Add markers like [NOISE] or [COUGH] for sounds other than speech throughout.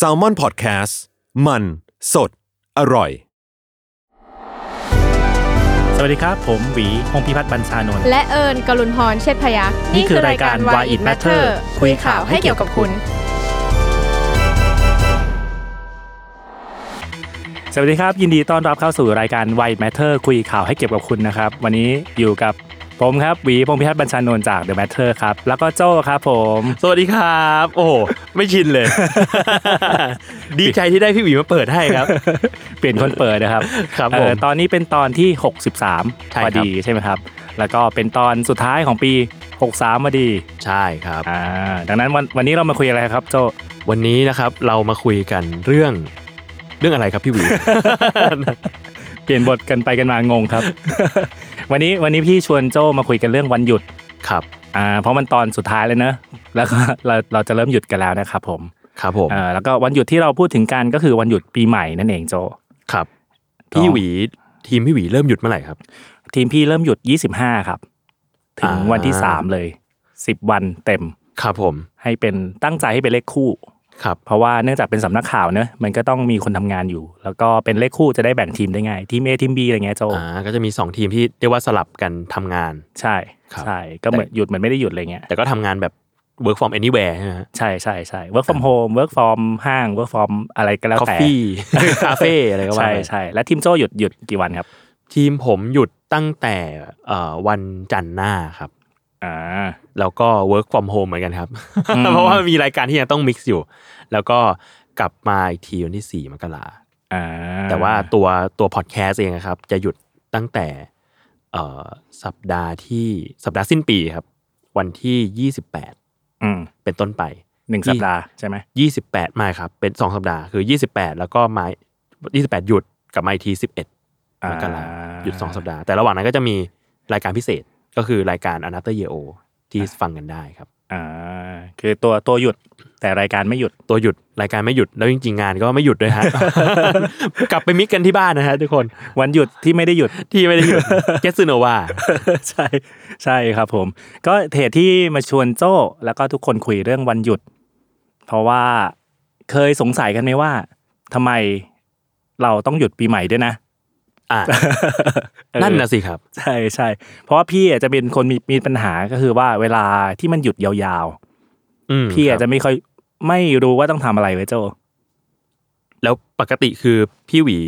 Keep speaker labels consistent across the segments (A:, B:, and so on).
A: s a l ม o n PODCAST มันสดอร่อย
B: สวัสดีครับ ผมหวีพงพิพัฒน์บัญชานนท์
C: และเอิญกลุนพรเชษฐพยักษ์
B: นี่คือรายการ Why It Matter คุ
C: คุ
B: ย
C: ย
B: ข่า
C: ข่าว ว
B: ให้
C: ให้
B: เกี่
C: เกี่
B: ย
C: ยว ว
B: กั
C: กั
B: บบ คุ
C: คุณ ณ
B: สวัสดีครับ ยินดีต้อนรับเข้าสู่รายการ Why It Matter คุยข่าวให้เก็บกับคุณนะครับ วันนี้อยู่กับผมครับหวีพงพิพัฒน์บัญชานนท์จาก The Matter ครับ แล้วก็โจ้ครับผม
D: สวัสดีครับ โอ้โห ไม่ชิน [LAUGHS] เลย ดีใจที่ได้พี่หวีมาเปิดให้ครับ
B: เปลี่ยนคนเปิดนะครับ
D: ครับ
B: เอ่
D: ผ
B: อ
D: ม
B: ตอนนี้เป็นตอนที่
D: ใช่
B: 63
D: ค
B: พ
D: รับ
B: อดีใช่ไหมครับ แล้วก็เป็นตอนสุดท้ายของปี 63พอดี
D: ใช่ครับ
B: อ่าดังนั้นวันวันนี้เรามาคุยอะไรครับโจ
D: วันนี้นะครับเรามาคุยกันเรื่องเรื่องอะไรครับ [LAUGHS] พี่หวี
B: เปลี่ยนบทกันไปกันมางง
D: [LAUGHS]
B: ครับ วันนี้วันนี้พี่ชวนโจมาคุยกันเรื่องวันหยุด
D: ครับ
B: อ่าเพราะมันตอนสุดท้ายเลยนะแล้วก็ [LAUGHS] เราเราจะเริ่มหยุดกันแล้วนะครับผม
D: ครับผม
B: เอ่อแล้วก็วันหยุดที่เราพูดถึงกันก็คือวันหยุดปีใหม่นั่นเองโจ
D: ครับ
B: ต่อ
D: พี่หวีทีมพี่หวีเริ่มหยุดเมื่อไหร่ครับ
B: ทีมพี่เริ่มหยุด 25 ครับ ถึง
D: อ่า
B: วันที่ 3 เลย 10 วันเต็ม
D: ครับผม
B: ให้เป็นตั้งใจให้เป็นเลขคู่
D: ครับ
B: เพราะว่าเนื่องจากเป็นสำนักข่าวเนอะมันก็ต้องมีคนทำงานอยู่ แล้วก็เป็นเลขคู่จะได้แบ่งทีมได้ง่ายทีม A ทีม B อะไรเงี้ยโจ
D: อ่าก็จะมีสองทีมที่เรียกว่าสลับกันทำงาน
B: ใช่
D: ครับ
B: ใช่ก็เหมือนหยุดเหมือนไม่ได้หยุดอะไรเงี้ย
D: แต่ก็ทำงานแบบ work from anywhere ใช่ไหมฮะ
B: ใช่ใช่ใช่ work from home work from ห้าง work from อะไรก็แล้วแต่
D: [LAUGHS] coffee คาเฟ่อะไรก็ว่า
B: ใช่
D: ไป
B: ใช่แล้วทีมโจหยุดหยุดกี่วันครับ
D: ทีมผมหยุดตั้งแต่เอ่อวันจันทร์หน้าครับ
B: อ่า
D: แล้วก็ work from home เหมือนกันครับ
B: อืม
D: เพราะว่ามีรายการที่ยังต้อง mix อยู่ แล้วก็กลับมาอีกทีวันที่ 4 มกรา
B: อ่า
D: แต่ว่าตัวตัว podcast เองอะครับ จะหยุดตั้งแต่เอ่อสัปดาห์ที่สัปดาห์สิ้นปีครับ วันที่ 28
B: อืม
D: เป็นต้นไป
B: หนึ่งสัปดาห์ใช่ไหม
D: 28ไม่ครับ เป็น 2 สัปดาห์คือ 28 แล้วก็มา28 หยุดกลับมาอีกที 11 มกราหยุดสองสัปดาห์ แต่ระหว่างนั้นก็จะมีรายการพิเศษก็คือรายการ Another Year O ที่ฟังกันได้ครับ
B: อ่า คือตัวตัวหยุดแต่รายการไม่หยุด
D: ตัวหยุดรายการไม่หยุดแล้วจริงๆงานก็ไม่หยุดด้วยฮะ [LAUGHS] กลับไปมิกกันที่บ้านนะฮะทุกคน
B: วันหยุดที่ไม่ได้หยุด
D: ที่ไม่ได้หยุด เจสซ u โนวา
B: ใช่ใช่ครับผม ก็เหตุที่มาชวนโจ้แล้วก็ทุกคนคุยเรื่องวันหยุด เพราะว่าเคยสงสัยกันไหมว่าทำไมเราต้องหยุดปีใหม่ด้วยนะ [LAUGHS]
D: อ่ะ [LAUGHS] นั่นนะสิครับ
B: ใช่ใช่ เพราะว่าพี่อาจจะเป็นคนมีมีปัญหาก็คือว่าเวลาที่มันหยุดยาว
D: อืม
B: ๆ พี่อาจ
D: ครับ
B: จะไม่ค่อยไม่รู้ว่าต้องทำอะไรไว้ยโจ
D: แล้วปกติคือพี่หวี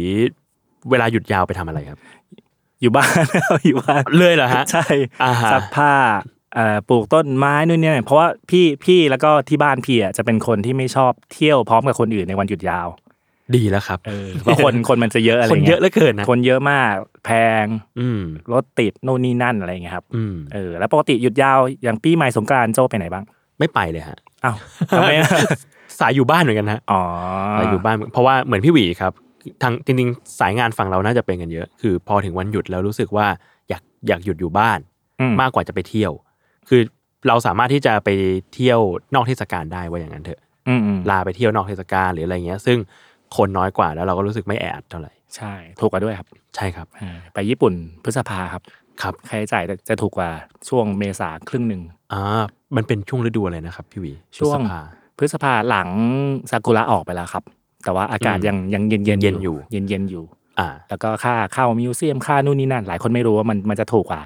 D: เวลาหยุดยาวไปทำอะไรครับ
B: อยู่บ้าน [LAUGHS] อยู่บ้าน
D: เลยเหรอฮะ
B: ใช่
D: อ่าฮะ
B: ซักผ้าเอ่อปลูกต้นไม้นู่นนี่นั่นเพราะว่าพี่พี่แล้วก็ที่บ้านพี่อ่ะจะเป็นคนที่ไม่ชอบเที่ยวพร้อมกับคนอื่นในวันหยุดยาว
D: ดีแล้วครับ
B: เพราะคน [LAUGHS] คนมันจะเยอะอะไร
D: คน
B: เงี้ย
D: เยอะเหลือเกินนะ
B: คนเยอะมาก แพง
D: อืม
B: รถติดนู่นนี่นั่นอะไรเงี้ยครับ
D: อืม
B: เออแล้วปกติหยุดยาวอย่างปีใหม่สงกรานต์โจไปไหนบ้าง
D: ไม่ไปเลยฮะ
B: อ้าวทำไม
D: [LAUGHS]
B: อะ
D: สายอยู่บ้านเหมือนกันฮะ
B: อ๋อ
D: เราอยู่บ้านเพราะว่าเหมือนพี่หวีครับทางจริงๆสายงานฝั่งเราน่าจะเป็นกันเยอะ คือพอถึงวันหยุดแล้วรู้สึกว่าอยากอยากหยุดอยู่บ้าน
B: อืม
D: มากกว่าจะไปเที่ยว คือเราสามารถที่จะไปเที่ยวนอกเทศกาลได้ว่าอย่างนั้นเถอะ
B: อืมอืม
D: ลาไปเที่ยวนอกเทศกาลหรืออะไรเงี้ย ซึ่งคนน้อยกว่าแล้วเราก็รู้สึกไม่แออัดเท่าไหร่
B: ใช่ถูกกว่าด้วยครับ
D: ใช่ครับ
B: อ่าไปญี่ปุ่นพฤษภาครับ
D: ครับ
B: ค่าใช้จ่ายจะถูกกว่าช่วงเมษาครึ่งหนึ่ง
D: อ่ามันเป็นช่วงฤดูอะไรนะครับ พี่หวี
B: ช่วง
D: พ
B: พ
D: ฤษภา
B: ฤษภาหลังซากุระออกไปแล้วครับ แต่ว่าอากาศ
D: อืม
B: ยังยังเย็นเย็น
D: เย็นอยู่
B: เย็นเย็นอยู่
D: อ่า
B: แล้วก็ค่าเข้ามิวเซียมค่านู่นนี่นั่น หลายคนไม่รู้ว่ามันมันจะถูกกว่า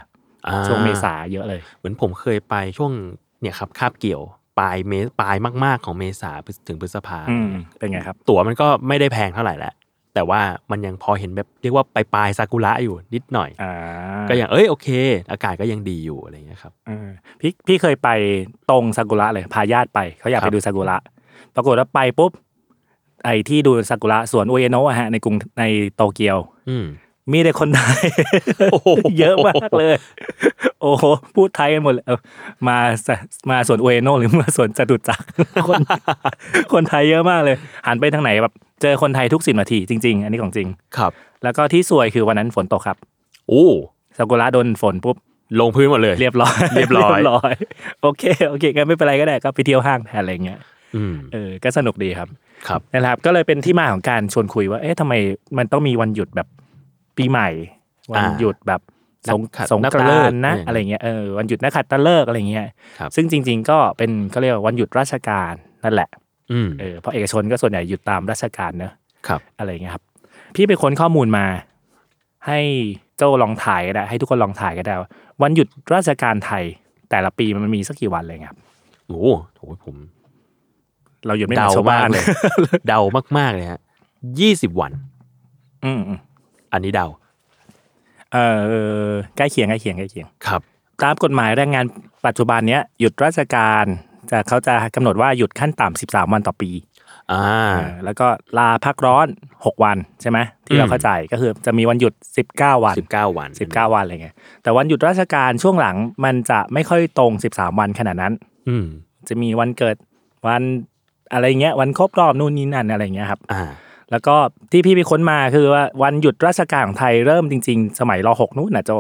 D: อ่า
B: ช่วงเมษาเยอะเลย
D: เหมือนผมเคยไปช่วงเนี่ยครับคาบเกี่ยวปลายเมษปลายมาก ๆ ของเมษาถึงพฤษภา
B: อืมเป็นไงครับ
D: ตั๋วมันก็ไม่ได้แพงเท่าไหร่แหละแต่ว่ามันยังพอเห็นแบบเรียกว่าปลายปลายซากุระอยู่นิดหน่อย
B: อ่า
D: ก็ยังเอ้ยโอเค อากาศก็ยังดีอยู่อะไรเงี้ยครับ
B: เออพี่พี่เคยไปตรงซากุระเลยพาญาติไปเขาอยาก
D: ครั
B: ไป
D: บ
B: ดูซากุระปรากฏว่าไปปุ๊บไอ้ที่ดูซากุระสวนโอเอโนะอะฮะในกรุงในโตเกียว
D: อืม
B: มีแต่คนไทย
D: โอ้โห
B: เยอะมากเลย โอ้โหพูดไทยกันหมดเลยเอามาสมาสวนอุเอโนหรือมาสวนจตุจักร คน คนไทยเยอะมากเลย หันไปทางไหนแบบเจอคนไทยทุกสิบนาทีจริง ๆ อันนี้ของจริง
D: ครับ
B: แล้วก็ที่สวยคือวันนั้นฝนตกครับ
D: โอ้
B: ซากุระโดนฝนปุ๊บ
D: ลงพื้นหมดเลย
B: เรียบร้อย
D: เรียบร้อย
B: อยโอเคโอเคงั้นไม่เป็นไรก็ได้ก็ไปเที่ยวห้างแทนอะไรเงี้ย
D: อืม
B: เออก็สนุกดีครับ
D: ครับ
B: นะครับก็เลยเป็นที่มาของการชวนคุยว่า เอ๊ะทำไมมันต้องมีวันหยุดแบบปีใหม่ วัน
D: อ่า
B: หยุดแบบสง
D: นักขัต
B: สงก
D: นักขัต
B: รา
D: ฤก
B: น
D: ษ์
B: ต์นะ
D: อะไรอย่างเงี้ย
B: อะไรเงี้ยเออวันหยุดนักขัตฤกษ์อะไรเงี้ย
D: ครับ
B: ซึ่งจริง ๆ ก็เป็นเขาเรียกว่าวันหยุดราชการนั่นแหละ
D: อืม
B: เออเพราะเอกชนก็ส่วนใหญ่หยุดตามราชการเนอะ
D: ครับ
B: อะไรอย่างเงี้ยครับ พี่ไปค้นข้อมูลมา ให้เจ้าลองถ่ายก็ได้ ให้ทุกคนลองถ่ายก็ได้ว่าวันหยุดราชการไทยแต่ละปีมันมีสักกี่วันอะไรเลยครับ
D: โอ้โหโอ้โหผม
B: เราหยุดไม่เห [LAUGHS] มื
D: เดา
B: อนชาว
D: มา
B: บ้าก น
D: เลย [LAUGHS] เดามากๆเลยฮะยี่สิบวัน
B: อืมอืม
D: อันนี้เดา
B: เออใกล้เคียงใกล้เคียงใกล้เคียง
D: ครับ
B: ตามกฎหมายแรงงานปัจจุบันเนี้ยหยุดราชการจะเขาจะกำหนดว่าหยุดขั้นต่ำ13 วันต่อปี
D: อ่า
B: เออแล้วก็ลาพักร้อน 6 วันใช่ไหมที่เรา
D: อืม
B: เข้าใจก็คือจะมีวันหยุด 19 วัน
D: สิบเก้าวัน
B: 19 วันอะไรเงี้ยแต่วันหยุดราชการช่วงหลังมันจะไม่ค่อยตรง 13 วันขนาดนั้น
D: อืม
B: จะมีวันเกิดวันอะไรเงี้ยวันครบรอบนู่นนี่นั่นอะไรเงี้ยครับ
D: อ่า
B: แล้วก็ที่พี่ไปค้นมาคือว่าวันหยุดราชการของไทยเริ่มจริง ๆ สมัยรหกนู่นนะโจ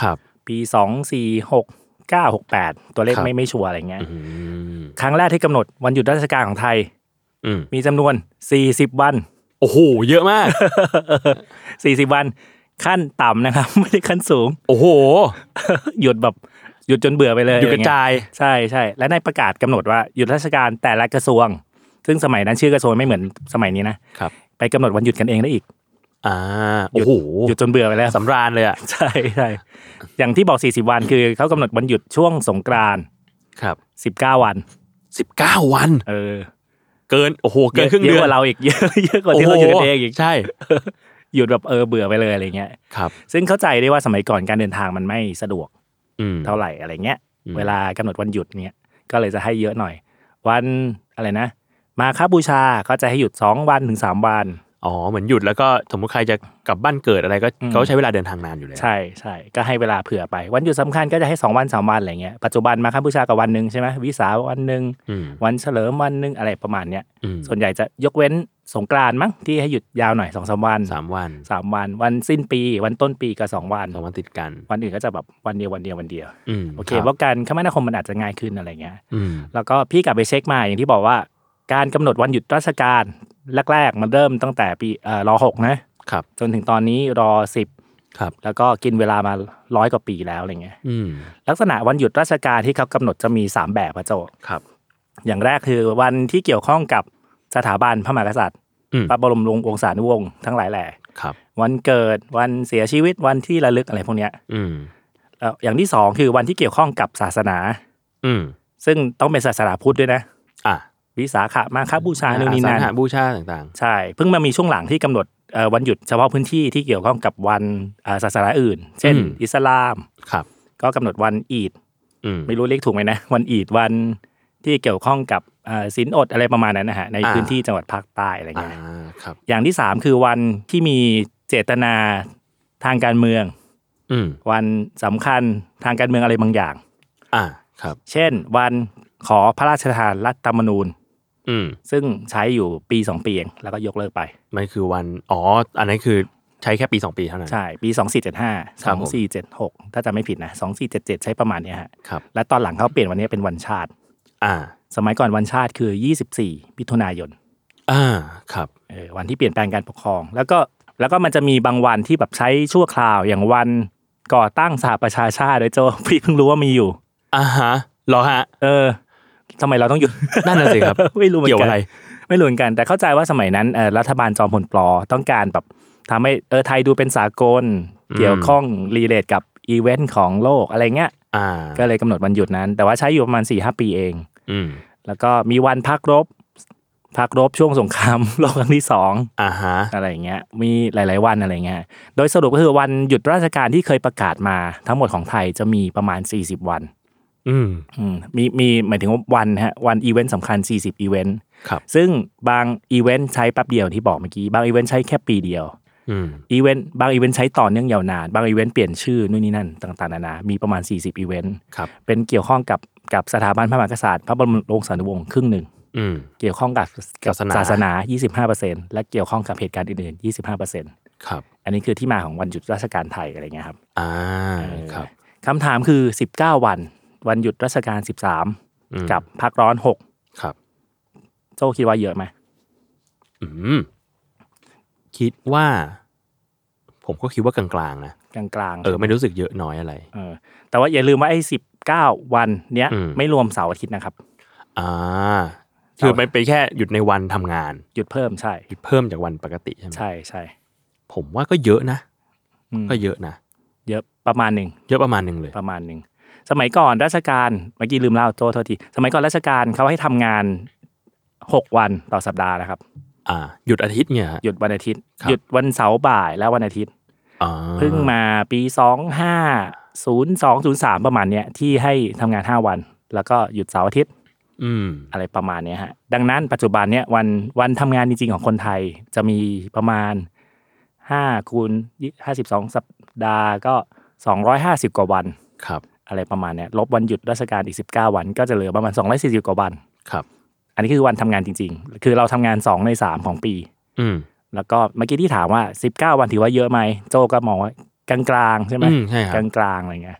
D: ครับ
B: ปีสองสี่หกเก้าหกแปดตัวเลข
D: ครับ
B: ไม่ไม่ชัวร์อะไรเงี้ย
D: อืม
B: ครั้งแรกที่กำหนดวันหยุดราชการของไทย
D: อืม
B: มีจำนวน 40 วัน [LAUGHS]
D: โอ้โห เยอะมาก
B: 40 วัน ขั้นต่ำนะครับ [LAUGHS] ไม่ได้ขั้นสูง
D: [LAUGHS] โอ้โห
B: หยุดแบบหยุดจนเบื่อไปเลย
D: อยู่กระจาย
B: ใช่ใช่และในประกาศกำหนดว่าหยุดราชการแต่ละกระทรวง ซึ่งสมัยนั้นชื่อกระทรวงไม่เหมือนสมัยนี้นะครับ ไปกำหนดวันหยุดกันเองได้อีก
D: อ่า โอ้โห
B: หยุดจนเบื่อไปแล้ว
D: สำราญเลยอ่ะ
B: ใช่ [LAUGHS] ใช่อย่างที่บอก 40 วันคือเขากำหนดวันหยุดช่วงสงกรานต์
D: ครับ
B: 19 วัน
D: สิบเก้าวัน
B: เออ
D: เกิน โอ้โห เกินครึ่ง
B: ยะ
D: เดื
B: ยะ
D: อก น
B: ว่าเราอีกเย [LAUGHS] อะเยอะกว่าที่เราหยุดกันเองอีก
D: โโหใช่
B: หยุดแบบเออเบื่อไปเลยอะไรเงี้ย
D: ครับ
B: ซึ่งเข้าใจได้ว่าสมัยก่อนการเดินทางมันไม่สะดวก
D: อืม
B: เท่าไหร่อะไรเงี้ย
D: อืม
B: เวลากำหนดวันหยุดเนี่ยก็เลยจะให้เยอะหน่อย วันอะไรนะ มาคาบูชาก็จะให้หยุด 2 วันถึง 3 วัน
D: อ๋อ เหมือนหยุดแล้วก็สมมติใครจะกลับบ้านเกิดอะไรก็
B: อืม
D: เขาใช้เวลาเดินทางนานอยู่เลย
B: ใช่ใช่ก็ให้เวลาเผื่อไป วันหยุดสำคัญก็จะให้ 2 วัน 3 วันอะไรเงี้ยปัจจุบันมาคาบูชากับวันหนึ่งใช่ไหมวิสาขวันหนึ่ง
D: อืม
B: วันเฉลิมวันหนึ่งอะไรประมาณเนี้ย
D: อืม
B: ส่วนใหญ่จะยกเว้นสงกรานต์มั้งที่ให้หยุดยาวหน่อย2องสามวัน
D: สามวัน
B: สามวัน วันสิ้นปี วันต้นปีกับสองวัน
D: สองวันติดกัน
B: วันอื่นก็จะแบบวันเดียววันเดียววันเดียว
D: อืม
B: โอเค
D: รับ
B: เพราะการคมนาคมมันอาจจะง่ายขึ้นอะไรเงี้ย
D: อืม
B: แล้วก็พี่กลับไปเช็คมาอย่างที่บอกว่า การกำหนดวันหยุดราชการแรกๆ มันเริ่มตั้งแต่ปีเอ่อรอหกนะครับ จนถึงตอนนี้รอสิบ
D: ครับ
B: แล้วก็กินเวลามาร้อยกว่าปีแล้วอะไรเงี้ย
D: อืม
B: ลักษณะวันหยุดราชการที่เขากำหนดจะมี 3 แบบพระโจ
D: ครับ
B: อย่างแรกคือวันที่เกี่ยวข้องกับสถาบันพระมหากษัตริย์
D: อืม
B: พระบรมวงวงศานุวงศ์ทั้งหลายแหล่
D: ครับ
B: วันเกิดวันเสียชีวิตวันที่ระลึกอะไรพวกเนี้ย
D: อืม
B: แล้วอย่างที่สองคือวันที่เกี่ยวข้องกับศาสนา
D: อืม
B: ซึ่งต้องเป็นศาสนาพุทธด้วยนะ
D: อ่ะ
B: วิสาขะมาฆบูชาโน่นนี่นั่
D: อสั
B: น
D: งหาบูชาต่าง
B: ใช่ เพิ่งมามีช่วงหลังที่กำหนดเอ่อวันหยุดเฉพาะพื้นที่ที่เกี่ยวข้องกับวันเอ่อศาสนาอื่น เช่น อิสลาม
D: ๆ ครับ
B: ก็กำหนดวันอีด
D: อืม
B: ไม่รู้เรียกถูกไหมนะ วันอีดวันที่เกี่ยวข้องกับเอ่อศีลอดอะไรประมาณนั้นนะฮะใน
D: อ่า
B: พื้นที่จังหวัดภาคใต้อะไร
D: อ่า
B: เงี้ย
D: ครับ
B: อย่างที่ 3 คือวันที่มีเจตนาทางการเมือง
D: อืม
B: วันสำคัญทางการเมืองอะไรบางอย่าง
D: อ่า ครับ
B: เช่น วันขอพระราชทานรัฐธรรมนูญ
D: อืม
B: ซึ่งใช้อยู่ปีสองปีเองแล้วก็ยกเลิกไป
D: มันคือวัน อ๋อ อันนั้นคือใช้แค่ปีสองปีเท่านั้น
B: ใช่ ปีสองสี่เจ็ดห้า
D: ค
B: สอ
D: รั
B: บ ง
D: ผม
B: สี่เจ็ดหกถ้าจำไม่ผิดนะสองสี่เจ็ดเจ็ดใช้ประมาณเนี้ยฮะ
D: ครับ
B: และตอนหลังเขาเปลี่ยนวันนี้เป็นวันชาติ
D: อ่า
B: สมัยก่อนวันชาติคือยี่สิบสี่มิถุนายน
D: อ่า ครับ
B: เออวันที่เปลี่ยนแปลงการปกครอง แล้วก็แล้วก็มันจะมีบางวันที่แบบใช้ชั่วคราวอย่างวันก่อตั้งสหประชาชาติด้วยโจ [LAUGHS] พี่เพิ่งรู้ว่ามีอยู่
D: อ่าฮะเหรอฮะ
B: เออทำไมเราต้องหยุด
D: นั่นน่ะสิครับ
B: ไม่รู้เหมือน
D: เกี่ยว
B: กั
D: อะ
B: น
D: ไร
B: ไม่รู้เหมือนกันแต่เข้าใจว่าสมัยนั้นเอ่อรัฐบาลจอมพลปลอต้องการแบบทำให้เออไทยดูเป็นสากล
D: อืม
B: เกี่ยวข้องรีเลทกับอีเวนต์ของโลกอะไรเงี้ย
D: อ่า
B: ก็เลยกำหนดวันหยุดนั้น แต่ว่าใช้อยู่ประมาณ4ีหปีเอง
D: อืม
B: แล้วก็มีวันพักรบ พักรบช่วงสงคราม โลกครั้งที่ 2
D: อ่าฮะ
B: อะไรเงี้ยมีหลาย ๆ วันอะไรเงี้ยโดยสรุปก็คือวันหยุดราชการที่เคยประกาศมาทั้งหมดของไทยจะมีประมาณ 40 วัน
D: อืม
B: อืมมีมีหมายถึงว่าวันฮะวันอีเวนต์สำคัญ 40อีเวนต์
D: ครับ
B: ซึ่งบางอีเวนต์ใช้แป๊บเดียวที่บอกเมื่อกี้บางอีเวนต์ใช้แค่ปีเดียว
D: อืม
B: อีเวนต์บางอีเวนต์ใช้ต่อเนื่องยาวนานบางอีเวนต์เปลี่ยนชื่อนู่นนี่นั่นต่างๆนานา มีประมาณ 40 อีเวนต์
D: ครับ
B: เป็นเกี่ยวข้องกับกับสถาบันพระมหากษัตริย์พระบรมวงศานุวงศ์ครึ่งหนึ่ง
D: อืม
B: เกี่ยวข้องกับกับ
D: ศาสนา
B: ศาสนา 25%และเกี่ยวข้องกับเหตุการณ์อื่นๆ 25%
D: ครับ
B: อันนี้คือที่มาของวันหยุดราชการไทยอะไรเงี้ยครับ
D: อ่า ครับ
B: คำถามคือ 19 วัน วันหยุดราชการ
D: อืม
B: 13 กับพักร้อน
D: ครับ
B: 6โจคิดว่าเยอะไหม
D: อืม คิดว่า ผมก็คิดว่ากลางๆนะ
B: กลางๆ
D: เออ ไม่รู้สึกเยอะน้อยอะไร
B: เออแต่ว่าอย่าลืมว่าไอ้สิบเก้าวันเนี้ย
D: อืม
B: ไม่รวมเสาร์อาทิตย์นะครับ
D: อ่า คือมันไปนแค่หยุดในวันทำงาน
B: หยุดเพิ่มใช่
D: หยุดเพิ่มจากวันปกติใช่ไหม
B: ใช่ใช่
D: ผมว่าก็เยอะนะ
B: อืม
D: ก็เยอะนะ
B: เยอะประมาณหนึ่ง
D: เยอะประมาณหนึ่งเลย
B: ประมาณหนึ่งสมัยก่อนราชการเมื่อกี้ลืมเล่าโจโทษทีสมัยก่อนราชการเขาให้ทำงานหกวันต่อสัปดาห์นะครับ
D: อ่า หยุดอาทิตย์เนี่ยฮะ
B: หยุดวันอาทิตย์
D: ครับ
B: หยุดวันเสาร์บ่ายและวันอาทิตย์
D: อ่า
B: เพิ่งมาปีสองห้าศูนย์สองศูนย์สามประมาณเนี้ยที่ให้ทำงานห้าวัน แล้วก็หยุดเสาร์อาทิตย์
D: อืม
B: อะไรประมาณเนี้ยฮะดังนั้นปัจจุบันเนี้ยวันวันทำงานจริงๆของคนไทยจะมีประมาณห้าคูณห้าสิบสองสัปดาห์ก็สองร้อยห้าสิบกว่าวัน
D: ครับ
B: อะไรประมาณเนี้ยลบวันหยุดราชการอีก 19 วันก็จะเหลือประมาณ 240 กว่าวัน
D: ครับ
B: อันนี้คือวันทำงานจริง ๆ คือเราทำงาน 2 ใน 3 ของปี
D: อืม
B: แล้วก็เมื่อกี้ที่ถามว่า 19 วันถือว่าเยอะไหมโจก็มองว่ากลางๆใช่ไหม
D: อืมใช่ค
B: ก
D: รับ
B: ลางๆอะไรเงี้ย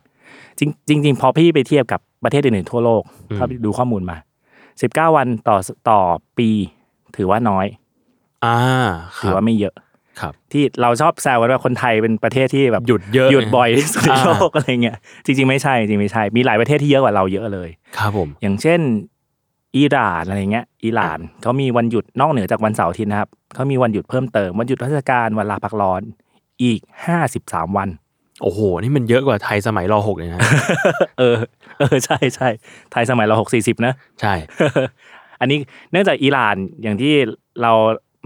B: จริงจริงจริงๆพอพี่ไปเทียบกับประเทศอื่นๆทั่วโลก
D: อืม
B: ถ้าดูข้อมูลมา 19 วันต่อต่อปีถือว่าน้อย
D: อ่าค
B: ถือ
D: รับ
B: ว่าไม่เยอะ
D: ครับ
B: ที่เราชอบแซวกันว่าคนไทยเป็นประเทศที่แบบ
D: หยุดเยอะ
B: หยุดบ่อย
D: นะ
B: ที่สุดใน
D: อ่า
B: โลกอะไรเงี้ยจริงๆไม่ใช่จริงๆไม่ใช่มีหลายประเทศที่เยอะกว่าเราเยอะเลย
D: ครับผม
B: อย่างเช่นอิหร่านอะไรเงี้ยอิหร่านเขามีวันหยุดนอกเหนือจากวันเสาร์อาทิตย์นะครับเขามีวันหยุดเพิ่มเติมวันหยุดราชการวันลาพักร้อนอีกห้าสิบสามวัน [LAUGHS]
D: โอ้โห นี่มันเยอะกว่าไทยสมัยรอหกเลยนะ
B: เออเออใช่ใช่ไทยสมัยเราหกสี่สิบนะ
D: ใช่
B: อันนี้เนื่องจากอิหร่านอย่างที่เรา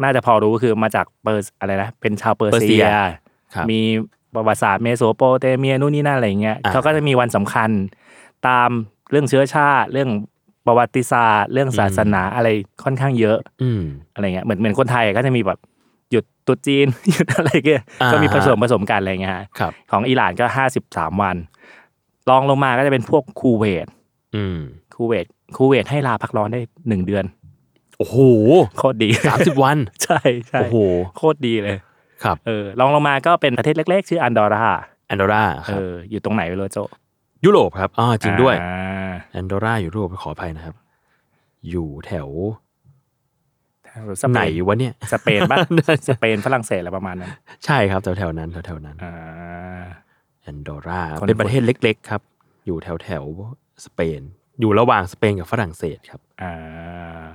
B: น่าจะพอรู้ก็คือมาจากเปอร์สอะไรนะเป็นชาวเปอร์
D: เปอร์เซี
B: เซีย
D: ยครับ
B: มีประวัติศาสตร์เมโสโปเตเมียนู่นนี่นั่นอะไรเงี้ย
D: อ่า
B: เขาก็จะมีวันสำคัญตามเรื่องเชื้อชาติ เรื่องประวัติศาสตร์ เรื่องศาสนาอะไรค่อนข้างเยอะ
D: อืม
B: อะไรเงี้ยเหมือนเหมือนคนไทยก็จะมีแบบหยุดตรุษจีน [LAUGHS] หยุดอะไรเงี้ย
D: อ่า
B: ก็มีผสม
D: ฮะ
B: ผสมกันอะไรเงี้ยฮะ
D: ครับ
B: ของอิหร่านก็ห้าสิบสามวันรองลงมาก็จะเป็นพวกคูเวต
D: อืม
B: คูเวตคูเวตให้ลาพักร้อนได้หนึ่งเดือน
D: โอ้โห
B: โคตรดี
D: [LAUGHS]
B: [LAUGHS]
D: สามสิบวัน
B: ใช่ใช่
D: โอ้โห
B: โคตรดีเลย
D: ครับ
B: เออรองลงมาก็เป็นประเทศเล็ก ๆ ชื่ออันดอร่า
D: แอนดอร่าค
B: เอ
D: รับ
B: ออยู่ตรงไหนไม่รู้โจ
D: ยุโรปครับอ่าจริงด้วย
B: อ่า
D: แอนดอร่ายุโรปขออภัยนะครับ อยู่แถว
B: ส
D: ไหน
B: เปน
D: วะเนี่ย
B: สเปน
D: [LAUGHS]
B: บ้าง
D: ได้
B: สเปนฝรั่งเศสอะไรประมาณนั้น
D: ใช่ครับแถวแถวๆนั้นแถวแถวๆนั้น
B: อ่า
D: แอนดอร่า
B: คน
D: เป็นประเทศเล็ก ๆ ครับ อยู่แถวแถวๆสเปน อยู่ระหว่างสเปนกับฝรั่งเศสครับ
B: อ่า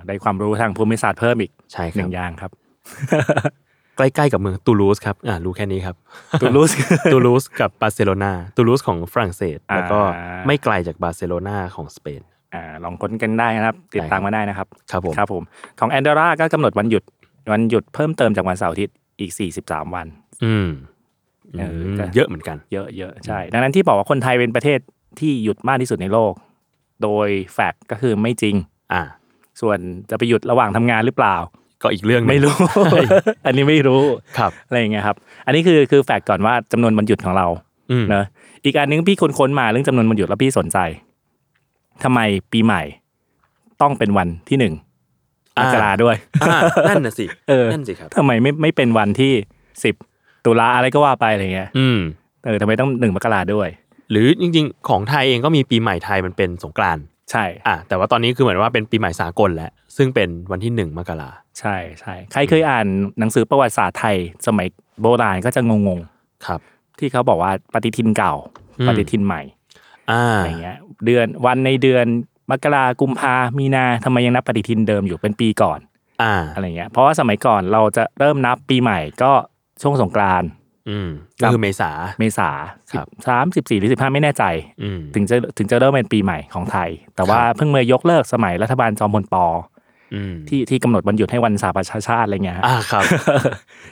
B: ได้ความรู้ทางภูมิศาสตร์เพิ่มอีก
D: ใช่ค
B: ห
D: รั
B: นึ่
D: บ
B: งอย่างครับ
D: ใกล้ๆกับเมืองตูลูสครับอ่ารู้แค่นี้ครับ
B: ตูลูส
D: [LAUGHS] ตูลูสกับบาร์เซโลนาตูลูสของฝรั่งเศส
B: อ่า
D: แล้วก็ไม่ไกลจากบาร์เซโลนาของสเปน
B: อ่าลองค้นกันได้นะครับ ติดตามมาได้นะครับ
D: ครับผม
B: ครับผม ของแอนดอร่าก็กำหนดวันหยุด วันหยุดเพิ่มเติมจากวันเสาร์อาทิตย์อีก 43 วัน
D: อืม
B: เออ
D: ม
B: แต่
D: เยอะเหมือนกัน
B: เยอะเยอะใช่ ดังนั้นที่บอกว่าคนไทยเป็นประเทศที่หยุดมากที่สุดในโลก โดยแฟกต์ก็คือไม่จริง
D: อ่า
B: ส่วนจะไปหยุดระหว่างทำงานหรือเปล่า
D: ก็อีกเรื่องหนึ่ง
B: ไม่รู้ [LAUGHS] อันนี้ไม่รู้
D: ครับ
B: อะไรอย่างเงี้ยครับ อันนี้คือคือแฟกต์ก่อนว่าจำนวนวันหยุดของเรา
D: อืม
B: เนอะอีกอันนึงพี่ค้นๆมาเรื่องจำนวนวันหยุดแล้วพี่สนใจทำไมปีใหม่ ต้องเป็นวันที่หนึ่งมกราด้วย
D: อ่านั่นน่ะสิ
B: เออ
D: นั่นสิครับ
B: ทำไมไม่ไม่เป็นวันที่สิบตุลาอะไรก็ว่าไปอะไรเงี้ย
D: อืม
B: เออทำไมต้องหนึ่งมกราด้วย
D: หรือจริงๆ ของไทยเองก็มีปีใหม่ไทยมันเป็นสงกรานต์
B: ใช่
D: อ่ะแต่ว่าตอนนี้คือเหมือนว่าเป็นปีใหม่สากลแล้ว ซึ่งเป็นวันที่หนึ่งมกรา
B: ใช่ใช่ใครเคยอ่านหนังสือประวัติศาสตร์ไทย สมัยโบราณก็จะงง
D: ครับ
B: ๆ ที่เขาบอกว่าปฏิทินเก่า
D: อืม
B: ปฏิทินใหม่
D: อ่า
B: อะไรเงี้ย เดือนวันในเดือนมกรากุมภามีนาทำไมยังนับปฏิทินเดิมอยู่เป็นปีก่อน
D: อ่า
B: อะไรเงี้ย เพราะว่าสมัยก่อนเราจะเริ่มนับปีใหม่ก็ช่วงสงกรานต์
D: อืม
B: ครั
D: ก็
B: บ
D: คือเมษา
B: เมษา
D: ครับ
B: สามสิบสี่หรือสิบห้าไม่แน่ใจ
D: อืม
B: ถึงจะถึงจะเริ่มเป็นปีใหม่ของไทย แต่ว่า
D: ครับ
B: เพิ่งเมื่อยกเลิกสมัยรัฐบาลจอมพลปอ
D: อืม
B: ที่ที่กำหนดวันหยุดให้วันสาประชาชาติอะไรเงี้ยฮะ
D: อ่าครับ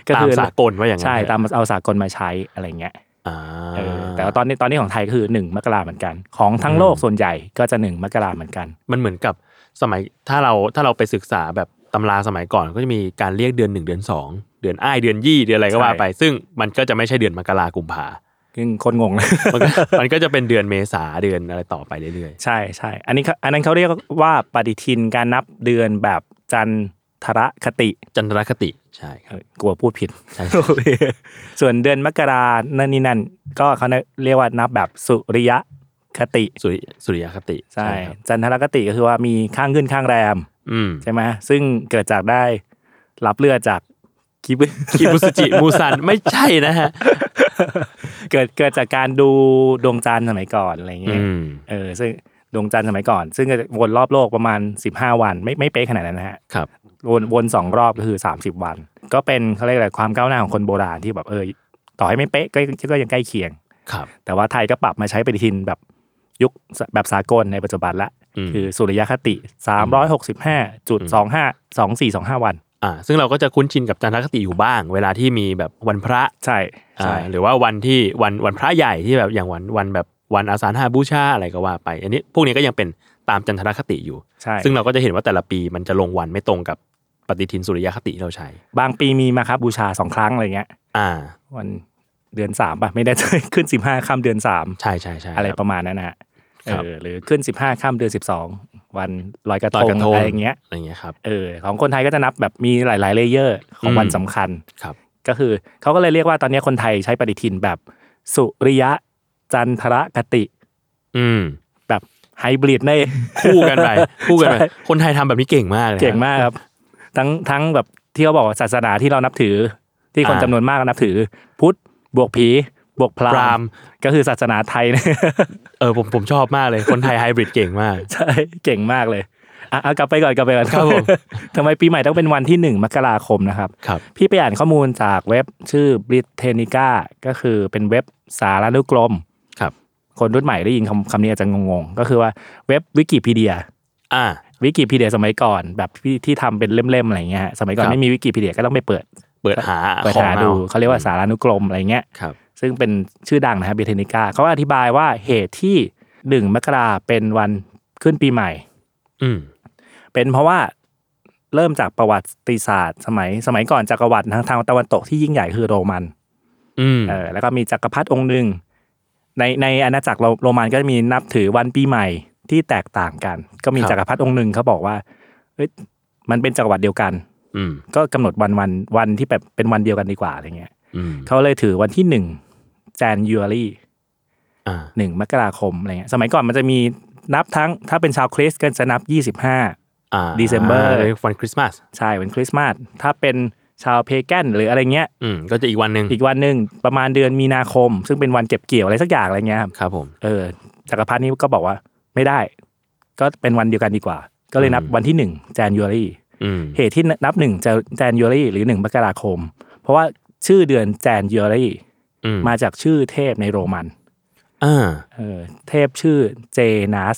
B: ก็
D: ตาม
B: คือ
D: สากลว่าอย่างนั้น
B: ใช่ตามเอาสากลมาใช้อะไรเงี้ย
D: อ่า
B: เออแต่ว่าตอนนี้ตอนนี้ของไทยก็คือหนึ่งมกราเหมือนกัน ของทั้งโลกส่วนใหญ่ก็จะหนึ่งมกราเหมือนกัน
D: มันเหมือนกับสมัยถ้าเราถ้าเราไปศึกษาแบบตำราสมัยก่อนก็จะมีการเรียกเดือนหนึ่งเดือนสองเดือนอ้ายเดือนยี่เดือนอะไรก็ว่าไป ซึ่งมันก็จะไม่ใช่เดือนมกรากุมภา
B: ซึ่งคนงง
D: [LAUGHS]
B: เลย
D: มันก็มันก็จะเป็นเดือนเมษาเดือนอะไรต่อไปเรื่อย
B: ใช่ใช่ อันนี้เขาอันนั้นเขาเรียกว่าปฏิทินการนับเดือนแบบจันทรคติ
D: ๆ จันทรคติใช่ค
B: เอ
D: รับ
B: อกลัวพูดผิด
D: ใช่ครับ
B: ส่วนเดือนมกรานั่นนี่นั่น ก็เขาเรียกว่านับแบบสุริยคติ
D: สุริสุริยคติ
B: ใช่
D: ครับ
B: จันทรคติก็คือว่ามีข้างขึ้นข้างแรม
D: อืม
B: ใช่ไหมซึ่งเกิดจากได้รับเลือดจาก [LAUGHS] คิบ
D: คิบุสจิ [LAUGHS] มูซันไม่ใช่นะฮะ
B: เกิดเกิดจากการดูดวงจันทร์สมัยก่อนอะไรเงี้ย
D: อืม
B: เออซึ่ง ดวงจันทร์สมัยก่อน ซึ่งก็จะวนรอบโลกประมาณ 15 วันไม่ไม่เป๊ะขนาดนั้นนะฮะ
D: ครับ
B: วนวนสองรอบก็คือ 30 วัน ก็เป็นเขาเรียกอะไรความก้าวหน้าของคนโบราณที่แบบเออต่อให้ไม่เป๊ะก็ก็ยังใกล้เคียง
D: ครับ
B: แต่ว่าไทยก็ปรับมาใช้ปฏิทินแบบยุคสแบบสากลในปัจจุบันละ
D: อืม
B: คือสุริยคติ 365จุด25 24 25 วัน
D: อ่าซึ่งเราก็จะคุ้นชินกับจันทรคติอยู่บ้าง เวลาที่มีแบบวันพระ
B: ใช่
D: อ่า
B: ใช่
D: หรือว่าวันที่วันวันพระใหญ่ที่แบบอย่างวันวันแบบวันอาสาฬหาบูชาอะไรก็ว่าไป อันนี้พวกนี้ก็ยังเป็นตามจันทรคติอยู่
B: ใช่
D: ซึ่งเราก็จะเห็นว่าแต่ละปีมันจะลงวันไม่ตรงกับปฏิทินสุริยคติที่เราใช้
B: บางปีมีมาครับบูชาสองครั้งอะไรเงี้ย
D: อ่า
B: วันเดือนสามป่ะไม่แน่ใจ [LAUGHS] ขึ้น 15ค่ำเดือนสาม
D: ใช่ใช่ใช่
B: อะไร
D: ค
B: ป
D: บ
B: ระมาณนั้นนะฮะเอ
D: ครับ
B: อหรือขึ้น 15ค่ำเดือน 12 วันลอยกระท
D: ลอย
B: ง
D: กระทง
B: อะไรอย่างเงี้ย
D: อะไรอย่างเงี้ยครับ
B: เออของคนไทยก็จะนับแบบมีหลาย ๆ เลเยอร์ของวัน
D: อืม
B: สำคัญ
D: ครับ
B: ก็คือเขาก็เลยเรียกว่าตอนนี้คนไทยใช้ปฏิทินแบบสุริยะจันทรคติ
D: อืม
B: แบบไฮบริดใน [LAUGHS]
D: คู่กันไป คู่กันไป
B: ใช่
D: คนไทยทำแบบนี้เก่งมากเลยนะ
B: เก่งมากครับ ทั้งทั้งแบบที่เขาบอกว่าศาสนาที่เรานับถือ ที่คน
D: อ่า
B: จำนวนมากนับถือ พุทธบวกผีบวกพ
D: ป
B: รา
D: รา
B: ห
D: ม
B: มณ์ก็คือศาสนาไทย [LAUGHS] เนี่ย
D: เออผมผมชอบมากเลยคนไทยไฮบริดเก่งมาก
B: ใช่เก่งมากเลยอ่ะเอากลับไปก่อนกลับไปก่อน
D: ครับผม
B: ทำไมปีใหม่ต้องเป็นวันที่หนึ่งมกราคมนะครับ
D: ครับ
B: พี่ไปอ่านข้อมูลจากเว็บชื่อ Britannica ก็คือเป็นเว็บสารานุกรม
D: ครับ
B: คนรุ่นใหม่ได้ยินคำคำนี้อาจจะงงๆ ก็คือว่าเว็บวิกิพีเดีย
D: อ่า
B: วิกิพีเดียสมัยก่อน แบบที่ที่ทำเป็นเล่มๆอะไรเงี้ยฮะสมัยก่อน
D: ครับ
B: ไม่มีวิกิพีเดียก็ต้องไปเปิด
D: เปิดหา
B: เปิด
D: ของ
B: หา
D: อ
B: ดูเขาเรียกว่าสารานุกรมอะไรเงี้ย
D: ครับ
B: ซึ่งเป็นชื่อดังนะครับ Britannica เขาอธิบายว่าเหตุที่ 1 มกราเป็นวันขึ้นปีใหม่
D: อืม
B: เป็นเพราะว่าเริ่มจากประวัติศาสตร์ สมัยสมัยก่อนจักรวรรดิทางทางตะวันตกที่ยิ่งใหญ่คือโรมัน
D: อืม
B: เออแล้วก็มีจักรพรรดิองค์หนึ่งในในอาณาจักรโรโรมันก็จะมีนับถือวันปีใหม่ที่แตกต่างกัน ก็มี
D: ครับ
B: จักรพรรดิองค์หนึ่งเขาบอกว่าเอ้ยมันเป็นจักรวรรดิเดียวกัน
D: อืม
B: ก็กำหนดวันวันวันที่แบบเป็นวันเดียวกันดีกว่าอะไรเงี้ย
D: อืม
B: เขาเลยถือวันที่หนึ่ง January
D: อ่า
B: หนึ่งมกราคมอะไรเงี้ยสมัยก่อนมันจะมีนับทั้งถ้าเป็นชาวคริสต์ก็จะนับยี่สิบห้า
D: อ่า
B: December
D: วันคริสต์มาส
B: ใช่วันคริสต์มาสถ้าเป็นชาวเพแกนหรืออะไรเงี้ย
D: อืมก็จะอีกวันหนึ่ง
B: อีกวันหนึ่งประมาณเดือนมีนาคม ซึ่งเป็นวันเก็บเกี่ยวอะไรสักอย่างอะไรเงี้ยครับ
D: ครับผม
B: เออจักรพรรดินี่ก็บอกว่าไม่ได้ ก็เป็นวันเดียวกันดีกว่า ก็เลยนับวันที่หนึ่ง January
D: อืม
B: เหตุที่นับหนึ่ง Jan- January หรือหนึ่งมกราคม เพราะว่าชื่อเดือน January
D: อืม
B: มาจากชื่อเทพในโรมัน
D: อ่า
B: เออเทพชื่อเจนัส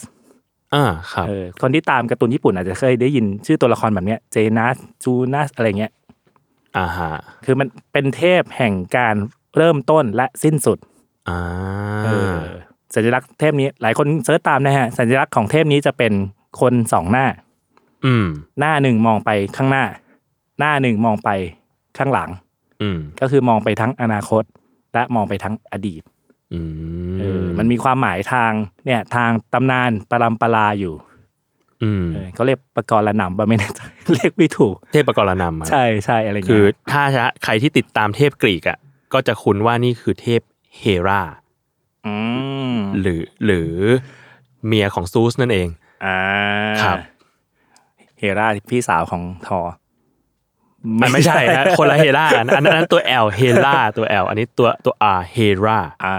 D: อ่าครับ
B: เออคนที่ตามการ์ตูนญี่ปุ่นอาจจะเคยได้ยินชื่อตัวละครแบบเนี้ยเจนัสจูนัสอะไรเงี้ย
D: อ่าฮะ
B: คือมันเป็นเทพแห่งการเริ่มต้นและสิ้นสุด
D: อ่า
B: เออสัญลักษณ์เทพนี้หลายคนเสิร์ชตามนะฮะ สัญลักษณ์ของเทพนี้จะเป็นคนสองหน้า
D: อืม
B: หน้าหนึ่งมองไปข้างหน้า หน้าหนึ่งมองไปข้างหลัง
D: อืม
B: ก็คือมองไปทั้งอนาคต และมองไปทั้งอดีต
D: อืม
B: เออมันมีความหมายทางเนี่ยทางตำนานปรัมปราอยู่
D: อืม
B: เออเขาเรียกประกรณนำปะไม่แน่ใจ [LAUGHS] เรียกไม่ถูก
D: เทพกรณำครับ
B: ใช่ใช่อะไรเงี้ย
D: คือถ้าจะใครที่ติดตามเทพกรีกอ่ะก็จะคุ้นว่านี่คือเทพเฮรา
B: อืม
D: หรือหรือเมียของซูสนั่นเอง
B: อ่า
D: ครับ
B: เฮราพี่สาวของทอ
D: มันไม่ใช่นะ คนละเฮราอันอันนั้นตัว L เฮ
B: [LAUGHS]
D: ราตัว L อันนี้ตัวตัว R เฮรา
B: อ่า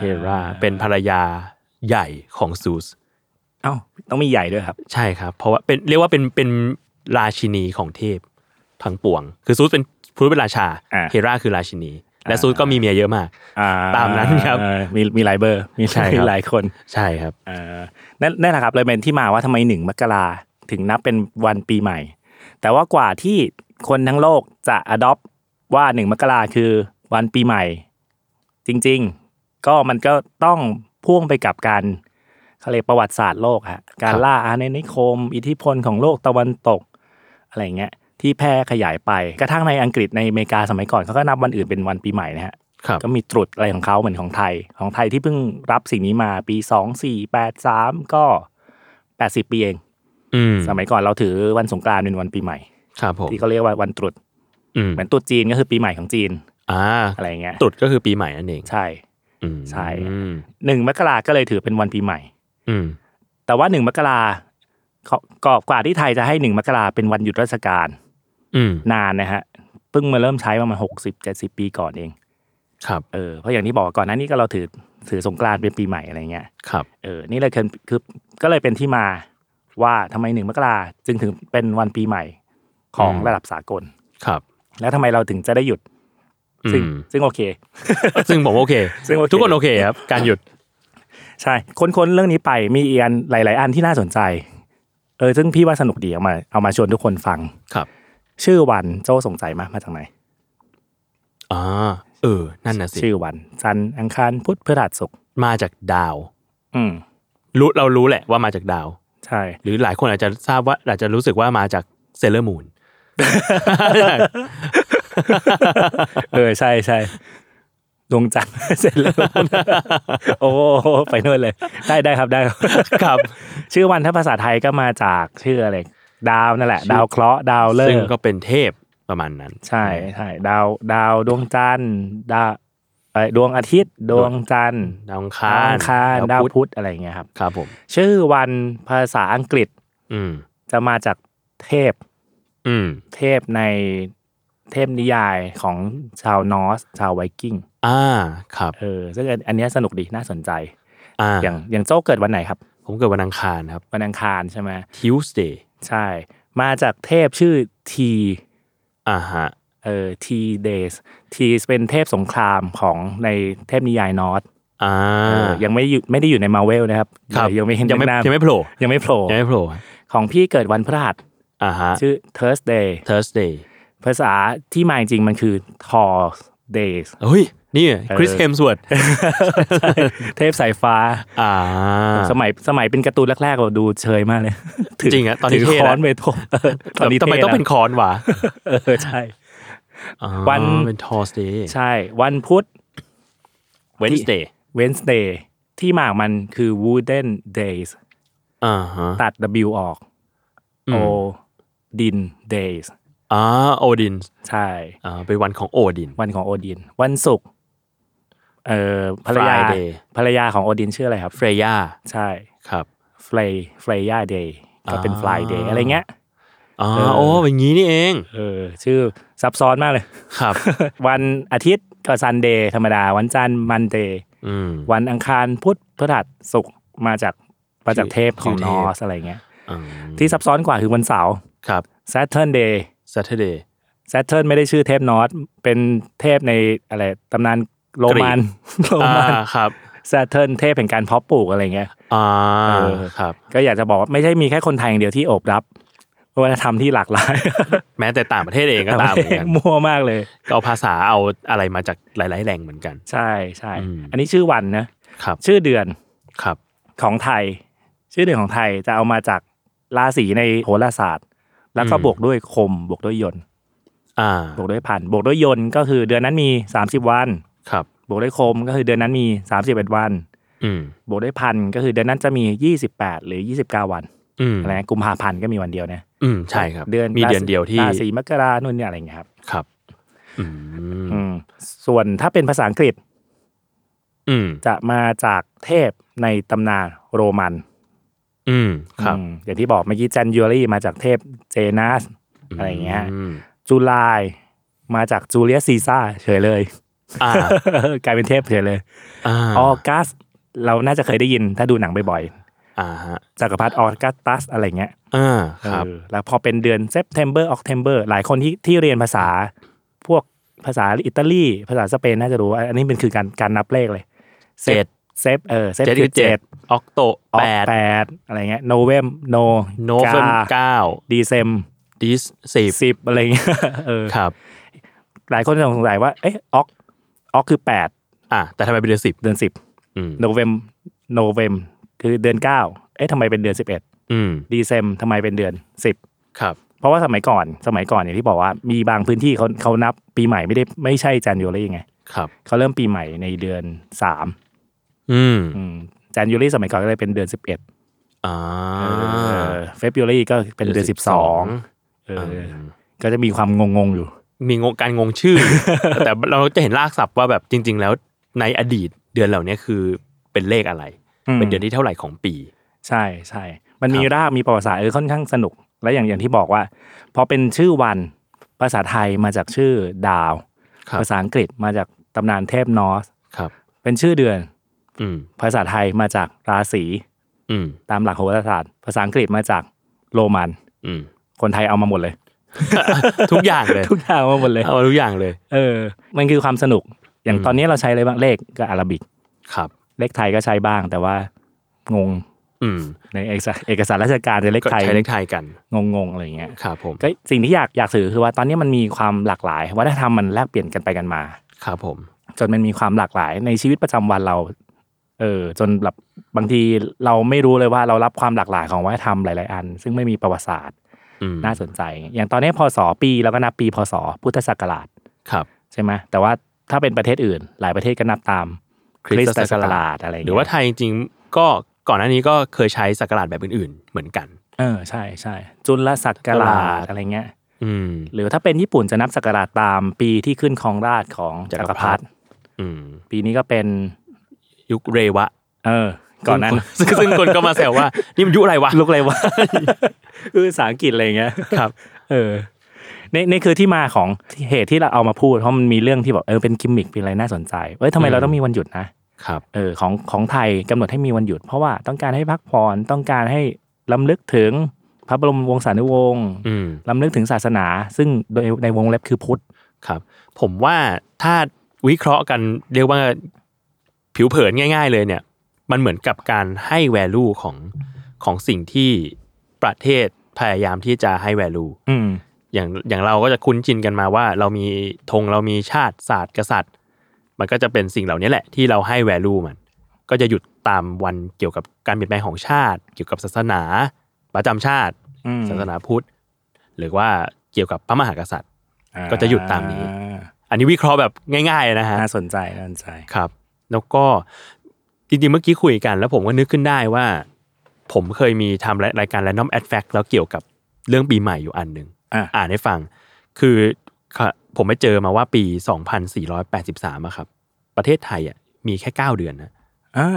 D: เฮราเป็นภรรยาใหญ่ของซูส
B: เอ้าต้องมีใหญ่ด้วยครับ
D: ใช่ครับ เพราะว่าเป็นเรียกว่าเป็นเป็นราชินีของเทพทั้งปวง คือซูสเป็นซูสเป็นราชา
B: อ่า
D: เฮราคือราชินี และซูสก็มีเมียเยอะมาก
B: อ่
D: ตามนั้นครับ
B: เออมีมีหลายเบอร์ มี
D: ใช่ครับ
B: มีหลายคน
D: ใช่ครับ
B: เออนั่นนั่นแหละครับเลยเป็นที่มาว่าทำไมหนึ่งมกราถึงนับเป็นวันปีใหม่ แต่ว่ากว่าที่คนทั้งโลกจะ adopt ว่าหนึ่งมกราคือวันปีใหม่ จริง ๆ ก็มันก็ต้องพ่วงไปกับการเขาเรียกประวัติศาสตร์โลกฮะการ
D: ครับ
B: ล่าอาณานิคม อิทธิพลของโลกตะวันตก อะไรอย่างเงี้ยที่แพร่ขยายไปกระทั่งในอังกฤษในอเมริกาสมัยก่อนเขาก็นับวันอื่นเป็นวันปีใหม่นะฮะ
D: ครับ
B: ก็มีตรุษอะไรของเขาเหมือนของไทย ของไทยที่เพิ่งรับสิ่งนี้มาปีสองสี่แปดสามก็แปดสิบปีเอง
D: อืม
B: สมัยก่อนเราถือวันสงกรานต์เป็นวันปีใหม่
D: ครับผม
B: ที่เขาเรียกว่าวันตรุษ
D: อืม
B: เหมือนตรุษจีนก็คือปีใหม่ของจีน
D: อ่า
B: อะไรอย่างเงี้ย
D: ตรุษก็คือปีใหม่นั่นเอง
B: ใช่
D: อืม
B: ใช่
D: อืม
B: หนึ่งมกราก็เลยถือเป็นวันปีใหม่
D: อืม
B: แต่ว่าหนึ่งมกราเขากอบกว่าที่ไทยจะให้หนึ่งมกราเป็นวันหยุดราชการ
D: อืม
B: นานนะฮะเพิ่งมาเริ่มใช้ประมาณหกสิบเจ็ดสิบปีก่อนเอง
D: ครับ
B: เออเพราะอย่างที่บอกก่อนหน้านี้ก็เราถือ ถือสงกรานต์เป็นปีใหม่อะไรเงี้ย
D: ครับ
B: เออ นี่เลยคือคือก็เลยเป็นที่มาว่าทำไมหนึ่งมกราจึงถึงเป็นวันปีใหม่ของ
D: อืม
B: ระดับสากล
D: ครับ
B: แล้วทำไมเราถึงจะได้หยุด ซึ่ง
D: อืม
B: ซึ่งโอเค
D: ซึ่งผมโอเค
B: ซึ่งโอเค
D: ทุกคนโอเคครับ การหยุด
B: ใช่ ค้นๆเรื่องนี้ไปมีอีกอันหลาย ๆ อันที่น่าสนใจ เออ ซึ่งพี่ว่าสนุกดีเอามาเอามาชวนทุกคนฟัง
D: ครับ
B: ชื่อวันโจ้สงสัยมามาจากไหน
D: อ่าเออ นั่นน่ะสิ
B: ชื่อวันจันทร์อังคารพุธพฤหัสศุกร์
D: มาจากดาว
B: อืม
D: รู้เรารู้แหละว่ามาจากดาว
B: ใช่
D: หรือหลายคนอาจจะทราบว่าอาจจะรู้สึกว่ามาจากเซเลอร์มูน
B: เออ ใช่ใช่ดวงจันทร์ [LAUGHS] เสร็จแล้วโอ้โหไปนู่นเลย ได้ได้ครับได้ [LAUGHS] ครับ
D: ครับ
B: ชื่อวันถ้าภาษาไทยก็มาจากชื่ออะไรดาวนั่นแหละ
D: ชื่อ
B: ดาวเคราะห์ดาวฤก
D: ซึ่ง
B: ษ์
D: ก็เป็นเทพประมาณนั้น
B: ใช่ใช่ดาวดาวดวงจันทร์ดาวเอ้ยดวงอาทิตย์ ดวงจันทร์
D: ดาวอังคา
B: ดาว
D: ร
B: อังคารดา
D: ดาว ว
B: พุ
D: พุธ
B: ธอะไรอย่างเงี้ยครับ
D: ครับผม
B: ชื่อวันภาษาอังกฤษ
D: อืม
B: จะมาจากเทพ
D: อืม
B: เทพในเทพนิยายของชาวนอร์สชาวไวกิ้ง
D: อ่า ครับ
B: เออซึ่งอันอันเนี้ยสนุกดีน่าสนใจ
D: อ่า
B: อย่างอย่างโจ้เกิดวันไหนครับ
D: ผมเกิดวันอังคารครับ
B: วันอังคารใช่ไหม
D: Tuesday
B: ใช่ มาจากเทพชื่อที
D: อ่าฮะ
B: เอ่อทีเดสทีเป็นเทพสงครามของในเทพนิยายนอร์ส
D: อ่า
B: เออยังไม่อยู่ไม่ได้อยู่ในมาเวลนะครับ
D: ครับ
B: ยังไม่เห็น
D: ยังไม่
B: เวีดา
D: ยังไม่โผล่
B: ยังไม่โผล่
D: ยังไม่โผล่
B: ของพี่เกิดวันพฤหัส
D: อ่าฮะ
B: ชื่อ Thursday
D: Thursday
B: ภาษาที่มาจริงๆมันคือ t o r Days [LAUGHS]
D: เฮ้ย นี่คริส
B: เออ
D: เฮมสวด
B: เทพสายฟ้า
D: อ่า
B: สมัยสมัยเป็นการ์ตูนแรกๆเราดูเชยมากเลย [LAUGHS] ถื
D: จริงอะตอนนี้
B: ถื
D: เท่
B: ค้อน
D: นะ
B: ไปทุบเออตอนนี้
D: ทำไม [LAUGHS] ต้องเป็น
B: ท่ะ
D: คอนวะ
B: เออใช่
D: อ่า
B: วัน
D: เป็น Thursday
B: ใช่ วันพุธ
D: Wednesday
B: Wednesday ที่มาของมันคือ wooden days
D: อ่าฮะ
B: ตัด W ออก
D: อืม
B: O ดิน days
D: อ่าโอดิน
B: ใช่
D: อ่าเป็นวันของโอดิน
B: วันของโอดิน วันศุกร์เอ่อภรรยา
D: Friday
B: ภรรยาของโอดินชื่ออะไรครับ
D: เฟรย่า
B: ใช่
D: ครับ
B: Frey Freya Day ก็เป็น
D: อ่า
B: Fly Day อะไรเงี้ย
D: อ๋อ
B: เออ
D: โอ้อย่างนี้นี่เอง
B: เออ ชื่อซับซ้อนมากเลย [LAUGHS]
D: ครับ
B: วันอาทิตย์ก็ Sunday ธรรมดา วันจันทร์ Monday
D: อืม
B: วันอังคารพุธพฤหัสศุกร์มาจากมาจากเทพของ
D: ชื่อน เท
B: อ
D: พ
B: สอะไรเงี้ย
D: อืม
B: ที่ซับซ้อนกว่าคือวันเสาร์
D: ครับ
B: Saturn Day
D: Saturday
B: Saturn ไม่ได้ชื่อเทพนอสเป็นเทพในอะไรตำนานโรมัน [LAUGHS] โร
D: อ่า
B: มัน
D: ครับ
B: Saturn เทพแห่งการเพาะปลูกอะไรเงี้ย
D: อ่า
B: เออ
D: ครับ
B: ก็อยากจะบอกว่าไม่ใช่มีแค่คนไทยอย่างเดียวที่โอบรับวัฒนธรรมที่หลากหลาย
D: แม้แต่ต่างประเทศเองก็ตามเหมือนกัน
B: [LAUGHS] มั่วมากเลย
D: ก็เอาภาษาเอาอะไรมาจากหลาย ๆ แหล่งเหมือนกัน
B: ใช่ใช่
D: อืม
B: อันนี้ชื่อวันนะครับ ชื่อเดือน
D: ครับ
B: ของไทย ชื่อเดือนของไทยจะเอามาจากราศีในโหราศาสตร์ แล้วก็
D: อืม
B: บวกด้วยคมบวกด้วยยนต์
D: อ่า
B: บวกด้วยพันบวกด้วยยนต์ก็คือเดือนนั้นมี 30 วัน
D: ครับ
B: บวกด้วยคมก็คือเดือนนั้นมี 31 วัน
D: อืม
B: บวกด้วยพันก็คือเดือนนั้นจะมี 28 หรือ 29 วัน
D: อืม
B: อะไรนะกุมภาพันธ์ก็มีวันเดียวนะ
D: อืมใช่ครับ
B: เดือน
D: มี
B: ราศี
D: เดือนเดียวที่
B: ราศีมกรานู่นเนี่ยอะไรอย่างเงี้ยครับ
D: ครับอืม
B: อืมส่วนถ้าเป็นภาษาอังกฤษ
D: อืม
B: จะมาจากเทพในตำนานโรมัน
D: อืมครับ
B: อืมอย่างที่บอกเมื่อกี้จันยูรี่มาจากเทพเจนัสอะไรอย่างเงี้ย
D: ม
B: จุลายมาจากจูเลียสซีซ่าร์เฉยเลย
D: อ่า
B: [LAUGHS] กลายเป็นเทพเฉยเลย
D: อา
B: ออกัสเราน่าจะเคยได้ยินถ้าดูหนังบ่อย
D: อ่าฮะ
B: ๆจักรพรรดิออกัสตัสอะไรเงี้ย
D: อ่าครับ
B: เออแล้วพอเป็นเดือนเซ p เทมเบอร์ออกเทมเบอร์หลายคนที่ที่เรียนภาษา พวกภาษาอิตาลี ภาษาสเปนน่าจะรู้ว่าอันนี้เป็นคือการการนับเลขเลย
D: เจ็ด
B: เซฟเออเซฟ
D: เจ็ด
B: คื
D: คือ อ
B: เจ็
D: เจ็
B: ด
D: ดออกโต
B: ออ
D: แป
B: ก
D: ด
B: แปดอะไรเงี้ยโนเวมโน
D: โนเฟมเก้า
B: ดีเซม
D: ดิสสิบ
B: สิบอะไรเงี้ย [LAUGHS] เออ
D: ครับ
B: หลายคนสงสัยว่าเอ๊ะออกออกคือแปด
D: อ่าแต่ทำไมเป็นเดือนสิบ
B: เดือนสิบ
D: อืม
B: โนเวมโนเวมคือเดือนเก้าเอ๊ะทำไมเป็นเดือนสิบเอ็ด
D: อืม
B: ดีเซมทำไมเป็นเดือนสิบ
D: ครับ
B: เพราะว่าสมัยก่อนสมัยก่อนอย่างที่บอกว่ามีบางพื้นที่เขาเขานับปีใหม่ไม่ได้ไม่ใช่จันยูรี่ไง
D: ครับ
B: เขาเริ่มปีใหม่ในเดือนสาม
D: อืม
B: อืมจันยูรี่สมัยก่อนก็เลยเป็นเดือนสิบเอ็ด
D: อ่า
B: เฟบยูรี่ก็เป็นเดือนสิบสองเอออก็จะมีความงงๆอยู่
D: มีงงการงงชื่อ
B: [LAUGHS]
D: แต่เราจะเห็นรากศัพท์ว่าแบบจริง ๆ แล้วในอดีตเดือนเหล่านี้คือเป็นเลขอะไร
B: อืม
D: เป็นเดือนที่เท่าไหร่ของปี
B: ใช่ใช่มันมีรากมีประวัติศาสตร์เออค่อนข้างสนุก และอย่างอย่างที่บอกว่าพอเป็นชื่อวันภาษาไทยมาจากชื่อดาว
D: ครับ
B: ภาษาอังกฤษมาจากตำนานเทพนอร์ส
D: ครับ
B: เป็นชื่อเดือน
D: อืม
B: ภาษาไทยมาจากราศี
D: อืม
B: ตามหลักโหราศาสตร์ ภาษาอังกฤษมาจากโรมัน
D: อืม
B: คนไทยเอามาหมดเลย
D: ทุกอย่างเลย
B: ทุกอย่างเอามาหมดเลย
D: เอามาทุกอย่างเลย
B: เออ มันคือความสนุก อย่าง
D: อืม
B: ตอนนี้เราใช้อะไรบ้าง เลขก็อาราบิก
D: ครับ
B: เลขไทยก็ใช้บ้าง แต่ว่า งง
D: อืม
B: ในเอกสารเอกสารราชการในเลข
D: ก็
B: ไทย
D: ใช้เลขไทยกัน
B: งงงๆอะไรอย่างเงี้ย
D: ครับผม
B: ก็สิ่งที่อยากอยากสื่อคือว่าตอนนี้มันมีความหลากหลาย วัฒนธรรมมันแลกเปลี่ยนกันไปกันมา
D: ครับผม
B: จนมันมีความหลากหลายในชีวิตประจำวันเรา เออ จนแบบบางทีเราไม่รู้เลยว่าเรารับความหลากหลายของวัฒนธรรมหลาย ๆ อัน ซึ่งไม่มีประวัติศาสตร์
D: อืม
B: น่าสนใจ อย่างตอนนี้พศปีเราก็นับปีพศพุทธศักราช
D: ครับ
B: ใช่ไหมแต่ว่าถ้าเป็นประเทศอื่น หลายประเทศก็นับตาม
D: คริสตศักราช
B: อะไรย่ง
D: ห
B: เงี้ย
D: รือว่าไทยจริงๆก็ก่อนหน้านี้ก็เคยใช้สักการะแบบอื่นๆ เหมือนกัน
B: เออใช่ใช่จุลศักรา
D: ศักรา
B: ช
D: ช
B: อะไรเงี้ย
D: อืม
B: หรือถ้าเป็นญี่ปุ่นจะนับศักราชตามปีที่ขึ้นครองราชย์ของจักรพรรดิ
D: อืม
B: ปีนี้ก็เป็น
D: ยุคเรวะ
B: เออ ก่อนหนั้าน
D: ซึ่งซึ่งคน [LAUGHS] ก็มาแซวว่า นี่มันยุคอะไรวะ
B: ลุกอะไรวะ คือภาษาอังกฤษอะไรอย่างเงี้ย
D: [LAUGHS] ครับ
B: เออนี่นี่คือที่มาของเหตุที่เราเอามาพูด เพราะมันมีเรื่องที่แบบเออเป็นกิมมิคเป็นอะไรน่าสนใจ เอ้ยทำไม
D: อืม
B: เราต้องมีวันหยุดนะ
D: ครับ
B: เออของของไทยกำหนดให้มีวันหยุด เพราะว่าต้องการให้พักผ่อน ต้องการให้ลํลึกถึงพระบรมวงศานุวงศ์
D: อืม
B: ลํลึกถึงศาสนา ซึ่งโดยในวงเล็บคือพุทธ
D: ครับ ผมว่าถ้าวิเคราะห์กันเรียกว่าผิวเผินง่าย ๆ เลยเนี่ย มันเหมือนกับการให้ value ของของสิ่งที่ประเทศพยายามที่จะให้ value
B: อืม
D: อย่างอย่างเราก็จะคุ้นชินกันมาว่า เรามีธงเรามีชาติศาสตร์กษัตริย์ มันก็จะเป็นสิ่งเหล่านี้แหละที่เราให้ value มัน ก็จะหยุดตามวันเกี่ยวกับการเปลี่ยนแปลงของชาติ เกี่ยวกับศาสนาประจำชาติ
B: อืม
D: ศาสนาพุทธ หรือว่าเกี่ยวกับพระมหากษัตริย์ ก็จะหยุดตามนี้ อันนี้วิเคราะห์แบบง่ายๆนะฮะ
B: น่าสนใจน่าสนใจ
D: ครับ แล้วก็จริงๆเมื่อกี้คุยกันแล้วผมก็นึกขึ้นได้ว่า ผมเคยมีทำรายการ Random a d Fact แล้วเกี่ยวกับเรื่องปีใหม่อยู่อันหนึ่ง
B: อ่ะ
D: นให้ฟัง คือค่ะผมไปเจอมาว่าปี 2483อะครับ ประเทศไทยอะมีแค่ 9 เดือนนะ
B: อ่า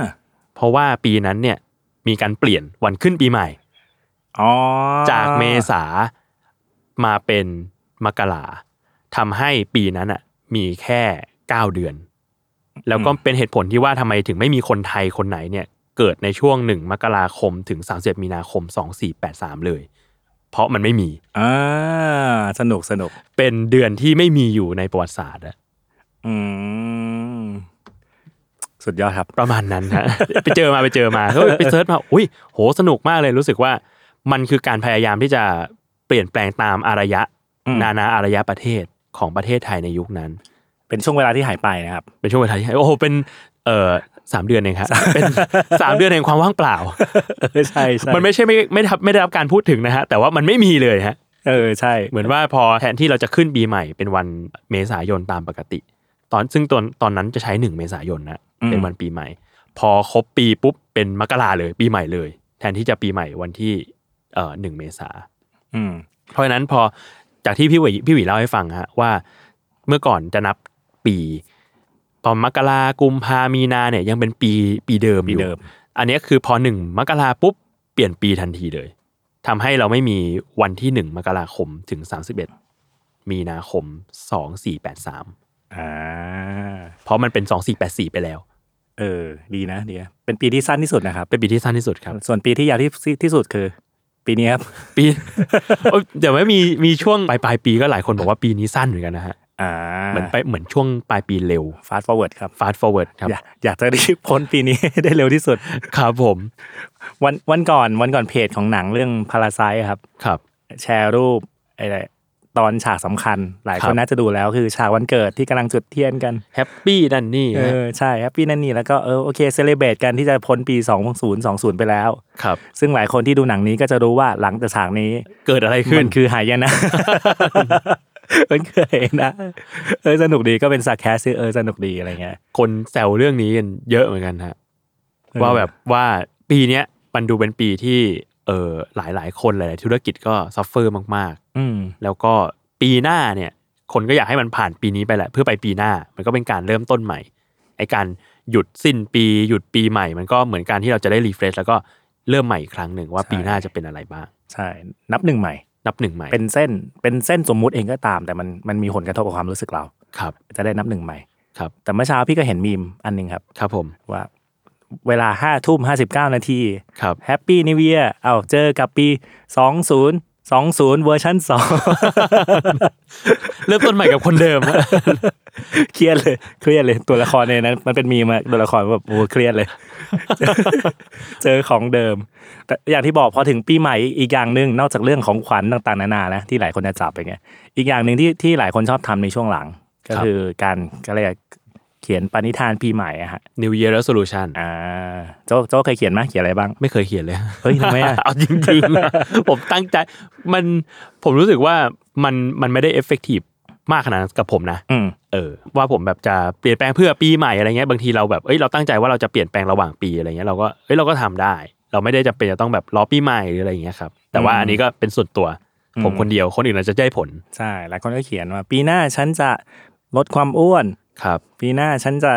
D: เพราะว่าปีนั้นเนี่ยมีการเปลี่ยนวันขึ้นปีใหม่
B: อ๋อ
D: จากเมษามาเป็นมกราทำให้ปีนั้นอ่ะ มีแค่เก้าเดือน แล้วก็เป็นเหตุผลที่ว่าทำไมถึงไม่มีคนไทยคนไหนเนี่ย เกิดในช่วงหนึ่งมกราคมถึง3ามสิบมีนาคม 2483 เลย เพราะมันไม่มี
B: อ่าสนุกสนุก
D: เป็นเดือนที่ไม่มีอยู่ในประวัติศาสตร์อะ
B: อืม สุดยอดครับ
D: ประมาณนั้นฮะ [LAUGHS] ไปเจอมาไปเจอมาก็ไปเซิร์ชมาอุ้ยโหสนุกมากเลยรู้สึกว่า มันคือการพยายามที่จะเปลี่ยนแปลงตามอารยะ
B: อืม
D: นานาอารยะประเทศของประเทศไทยในยุคนั้น
B: เป็นช่วงเวลาที่หายไปนะครับ [LAUGHS]
D: เป็นช่วงเวลาที่โอ้โหเป็นเอ่อ [LAUGHS] สามเดือนเองครับ เป็นสามเดือนแห่งความว่างเปล่า
B: ใช่ใช่
D: มันไม่ใช่ไม่ไม่ได้รับไม่ได้รับการพูดถึงนะฮะแต่ว่ามันไม่มีเลยฮะ
B: เออใช่
D: เหมือนว่าพอแทนที่เราจะขึ้นปีใหม่เป็นวันเมษายนตามปกติ ตอนซึ่งตอนตอนนั้นจะใช้หนึ่งเมษายนนะเป็นวันปีใหม่ พอครบปีปุ๊บเป็นมกราเลย ปีใหม่เลย แทนที่จะปีใหม่วันที่เอ่อหนึ่งเมษา
B: อืม
D: เพราะฉะนั้นพอจากที่พี่หวีพี่หวีเล่าให้ฟังฮะว่าเมื่อก่อนจะนับปีตอนมกรากุมภามีนาเนี่ยยังเป็นปีปีเดิมอยู่
B: ปีเดิม
D: อันเนี้ยคือพอหนึ่งมกราปุ๊บเปลี่ยนปีทันทีเลยทำให้เราไม่มีวันที่หนึ่งมกราคมถึงสามสิบเอ็ดมีนาคมสองสี่แปดสาม
B: อ่า
D: เพราะมันเป็นสองสี่แปดสี่ไปแล้ว
B: เออ ดีนะดีนะเป็นปีที่สั้นที่สุดนะครับ
D: เป็นปีที่สั้นที่สุดครับ
B: ส่วนปีที่ยาวที่ที่สุดคือ ปีนี้ครับ
D: ปี [LAUGHS] เอ้ยแต่ว่ามีมีช่วงปลายปลายปีก็หลายคนบอกว่าปีนี้สั้นเหมือนกันนะฮะ
B: อ่า
D: เหมือนไปเหมือนช่วงปลายปีเร็ว
B: ฟาสต์ฟอร์เวิร์ดครับ
D: fast forward ครับ
B: อยากอยากจะรีบพ้นปีนี้ให้ได้เร็วที่สุด
D: ครับผม
B: วันวันก่อนวันก่อนเพจของหนังเรื่องพาราไซครับ
D: ครับ
B: แชร์รูปไอ้ตอนฉากสำคัญ หลาย
D: ค
B: ค
D: รั
B: น
D: บ
B: น่าจะดูแล้วคือฉากวันเกิดที่กำลังจุดเทียนกัน
D: แฮปปี้นั่นนี่
B: เอ
D: ฮะ
B: อ ใช่แฮปปี้นั่นนี่แล้วก็เออโอเคเซเลบรตกันที่จะพ้นปี 2020 ไปแล้ว
D: ครับ
B: ซึ่งหลายคนที่ดูหนังนี้ก็จะรู้ว่าหลังจากฉากนี้
D: เกิดอะไรขึ้
B: มัน นคือหายนะ [LAUGHS] มันคือหายนะเออสนุกดีก็เป็นสักแคสเออสนุกดีอะไรเงี้ย
D: คนแซวเรื่องนี้กันเยอะเหมือนกันฮะ
B: เออ
D: ว่าแบบว่าปีเนี้ยมันดูเป็นปีที่เออหลายหลายๆคนหลาย ๆ ธุรกิจก็ซัฟเฟอร์มาก
B: อืม
D: ๆ แล้วก็ปีหน้าเนี่ย คนก็อยากให้มันผ่านปีนี้ไปแหละ เพื่อไปปีหน้ามันก็เป็นการเริ่มต้นใหม่ไอการหยุดสิ้นปีหยุดปีใหม่ มันก็เหมือนการที่เราจะได้รีเฟรชแล้วก็เริ่มใหม่อีกครั้งหนึ่งว่า
B: ใช่
D: ปีหน้าจะเป็นอะไรบ้าง
B: ใช่ นับหนึ่งใหม่
D: นับหนึ่งใหม่
B: เป็นเส้นเป็นเส้นสมมุติเองก็ตาม แต่มันมันมีผลกระทบกับความรู้สึกเรา
D: ครับ
B: จะได้นับหนึ่งใหม่
D: ครับ
B: แต่เมื่อเช้าพี่ก็เห็นมีมอันหนึงครับ
D: ครับผม
B: ว่า เวลาห้าทุ่มห้าสิบเก้านาที
D: ครับ [LAUGHS]
B: แฮปปี้นิวเ a ียเอาเจอกับปีสองศูนย์สองศูนย์เวอร์ชันสอง
D: เริ่มต้นใหม่กับคนเดิม
B: เครียดเลย [LAUGHS] เครียดเลย ตัวละครในนั้น มันเป็นมีมาตัวละครแบบโอ้เครียดเลย [LAUGHS] เจอของเดิม แต่อย่างที่บอกพอถึงปีใหม่อีกอย่างหนึ่งนอกจากเรื่องของขวัญต่างๆนานานะที่หลายคนจะจับไปไงอีกอย่างหนึ่งที่ที่หลายคนชอบทำในช่วงหลัง ก็
D: ครับ
B: คือการก็เรียกเขียนปณิธานปีใหม่อะฮะ
D: New Year Resolution
B: อ่าโจ้โจ้เคยเขียนไหมเขียนอะไรบ้าง
D: ไม่เคยเขียนเลย
B: เฮ้ยทำไมอะ
D: [LAUGHS] เอาจริงๆนะผมตั้งใจมันผมรู้สึกว่ามันมันไม่ได้เอฟเฟกตีฟมากขนาดนั้นกับผมนะ
B: อืม
D: เออว่าผมแบบจะเปลี่ยนแปลงเพื่อปีใหม่อะไรเงี้ยบางทีเราแบบเอ้ยเราตั้งใจว่าเราจะเปลี่ยนแปลงระหว่างปีอะไรเงี้ยเราก็เอ้ยเราก็ทำได้ เราไม่ได้จำเป็นจะต้องแบบรอปีใหม่หรืออะไรเงี้ยครับแต่ว่า
B: อืม
D: อันนี้ก็เป็นส่วนตัว
B: อืม
D: ผมคนเดียวคนอื่นอาจจะได้ผล
B: ใช่หลายคนก็เขียนว่า ปีหน้าฉันจะลดความอ้วน
D: ครับ
B: ปีหน้าฉันจะ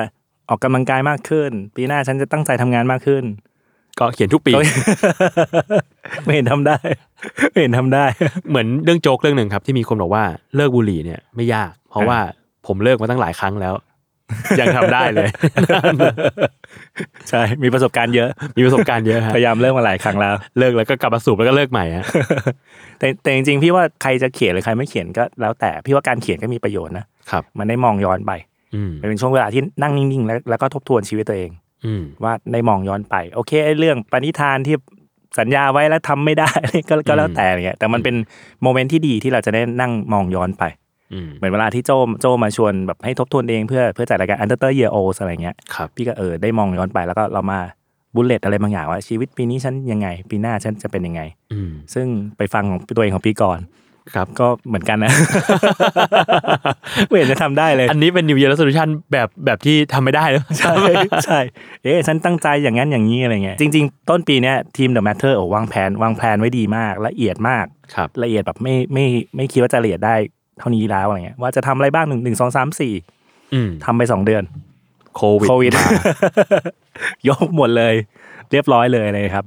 B: ออกกำลังกายมากขึ้น ปีหน้าฉันจะตั้งใจทำงานมากขึ้น
D: ก็เขียนทุกปี
B: โอ้ย [LAUGHS] ไม่เห็นทำได้ ไม่เห็นทำได้ [LAUGHS]
D: เหมือนเรื่องโจ๊กเรื่องหนึ่งครับที่มีคนบอกว่าเลิกบุหรี่เนี่ยไม่ยาก เพราะว่าผมเลิกมาตั้งหลายครั้ง [LAUGHS] แล้ว ยังทำได้เลย [LAUGHS]
B: ใช่ มีประสบการณ์เยอะ
D: มีประสบการณ์เยอะฮะ
B: พยายามเริ่มมาหลายครั้งแล้ว [LAUGHS]
D: เลิกแล้วก็กลับมาสูบแล้วก็เลิกใหม่ฮะ
B: แต่แต่จริงๆพี่ว่าใครจะเขียนหรือใครไม่เขียนก็แล้วแต่พี่ว่าการเขียนก็มีประโยชน์นะครับ มันได้มองย้อนไป
D: อืม
B: มันเป็นช่วงเวลาที่นั่งนิ่งๆแล้วแล้วก็ทบทวนชีวิตตัวเอง
D: อืม
B: ว่าได้มองย้อนไป โอเคไอ้เรื่องปณิธานที่สัญญาไว้แล้วทำไม่ได้ [LAUGHS] ก็ก็แล้ว
D: อืม
B: แต่อะไรเงี้ยแต่มันเป็นโมเมนต์ที่ดีที่เราจะได้นั่งมองย้อนไป
D: อืม
B: เหมือนเวลาที่โจมโจมาชวนแบบให้ทบทวนเองเพื่อเพื่อจัดรายการอันเตอร์เยโออะไรเงี้ย
D: ครับ
B: พี่ก็เออได้มองย้อนไปแล้วก็เรามาบุลเลตอะไรบางอย่างว่าชีวิตปีนี้ฉันยังไง ปีหน้าฉันจะเป็นยังไง
D: อืม
B: ซึ่งไปฟังของตัวเองของพี่ก่อน
D: ครับ [LAUGHS]
B: ก็เหมือนกันนะ [LAUGHS] ไม่เห็นจะทำได้เลย
D: อันนี้เป็น New Year Resolution แบบแบบที่ทำไม่ได้ [LAUGHS] เลย
B: ใช่ใช่ เอ๊ะฉันตั้งใจอย่างนั้นอย่างนี้อะไรเงี้ยจริง ๆ ต้นปีเนี้ยทีม The Matter โอ้วางแผนวางแผนไว้ดีมาก ละเอียดมาก
D: ครับ
B: ละเอียดแบบไม่ไม่ไม่คิดว่าจะละเอียดได้เท่านี้แล้วอะไรเงี้ยว่าจะทำอะไรบ้างหนึ่งหนึ่งสองสามสี่
D: อืม
B: ทำไปสองเดือน
D: โควิด
B: โควิด [LAUGHS] ยกหมดเลย เรียบร้อยเลยเลยครับ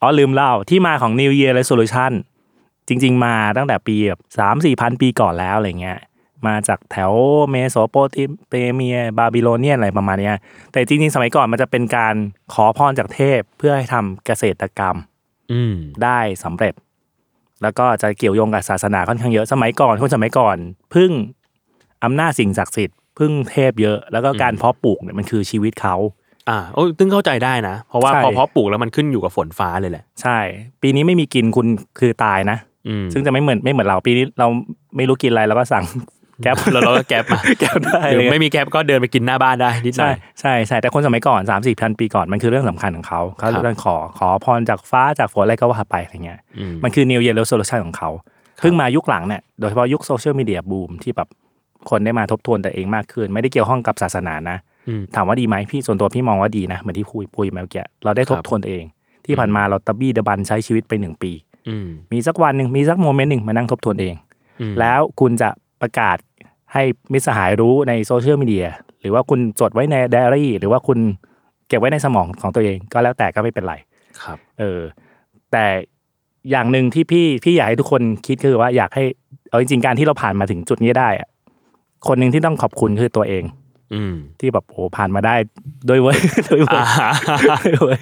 B: อ๋อลืมเล่าที่มาของ New Year Resolution จริง ๆ มาตั้งแต่ปีแบบสามสี่พันปีก่อนแล้วอะไรเงี้ยมาจากแถวเมโสโปเตเมียบาบิโลเนียนอะไรประมาณเนี้ยแต่จริง ๆ สมัยก่อนมันจะเป็นการขอพรจากเทพเพื่อให้ทำเกษตรกรรม
D: อืม
B: ได้สำเร็จ แล้วก็จะเกี่ยวโยงกับศาสนาค่อนข้างเยอะสมัยก่อนคนสมัยก่อน พึ่งอำนาจสิ่งศักดิ์สิทธิ์พึ่งเทพเยอะ แล้วก็การเพาะปลูกเนี่ยมันคือชีวิตเขา
D: อ่าโอ้ยซึ่งเข้าใจได้นะ เพราะว่า
B: ใช่
D: พอเพาะปลูกแล้วมันขึ้นอยู่กับฝนฟ้าเลยแหละ
B: ใช่ ปีนี้ไม่มีกินคุณคือตายนะ
D: อืม
B: ซึ่งจะไม่เหมือนไม่เหมือนเราปีนี้เราไม่รู้กินอะไรเราก็สั่ง [LAUGHS] แก๊ป
D: แล้ว [LAUGHS] เราก็แก๊ปมา
B: แก๊ปได้
D: หรื
B: เลย
D: อไม่มีแก๊ปก็เดินไปกินหน้าบ้านได้นิดหน่
B: ใช่
D: อย
B: ใช่ใช่แต่คนสมัยก่อน3 4มสี่พันปีก่อนมันคือเรื่องสำคัญของเขาเขา
D: ครับ
B: เรื่องขอขอพรจากฟ้าจากฝนอะไรก็ว่าไปอะไรเงี้ย
D: อืม
B: มันคือ New Year Resolution ของเขา เพิ่งมายุคหลังเนี่ย โดยเฉพาะยุคโซเชียลมีเดียบูมที่แบบคนได้มาทบทวนตัวเองมากขึ้น ไม่ได้เกี่ยวข้องกับศาสนานะ
D: อืม
B: ถามว่าดีไหมพี่ส่วนตัวพี่มองว่าดีนะ เหมือนที่พูดพูดมาเมื่อกี้เราได้ทบ
D: ครับ
B: ทวนตัวเอง ที่ผ่านมาเราตะบี้ตะบันใช้ชีวิตไปหนึ่งปี
D: อืม
B: มีสักวันหนึ่งมีสักโมเมนต์หนึ่งมานั่งทบทวนเอง
D: อืม
B: แล้วคุณจะประกาศให้มิตรสหายรู้ในโซเชียลมีเดียหรือว่าคุณจดไว้ในไดอารี่หรือว่าคุณเก็บไว้ในสมองของตัวเองก็แล้วแต่ก็ไม่เป็นไร
D: ครับ
B: เออแต่อย่างหนึ่งที่พี่พี่อยากให้ทุกคนคิดคือว่าอยากให้เอาจริงๆการที่เราผ่านมาถึงจุดนี้ได้อะคนหนึ่งที่ต้องขอบคุณคือตัวเอง
D: อืม
B: ที่แบบโอ้ผ่านมาได้ [LAUGHS] ด้วยเว้ย ด้วยเว้
D: อ่าย
B: ด้วยเว้ย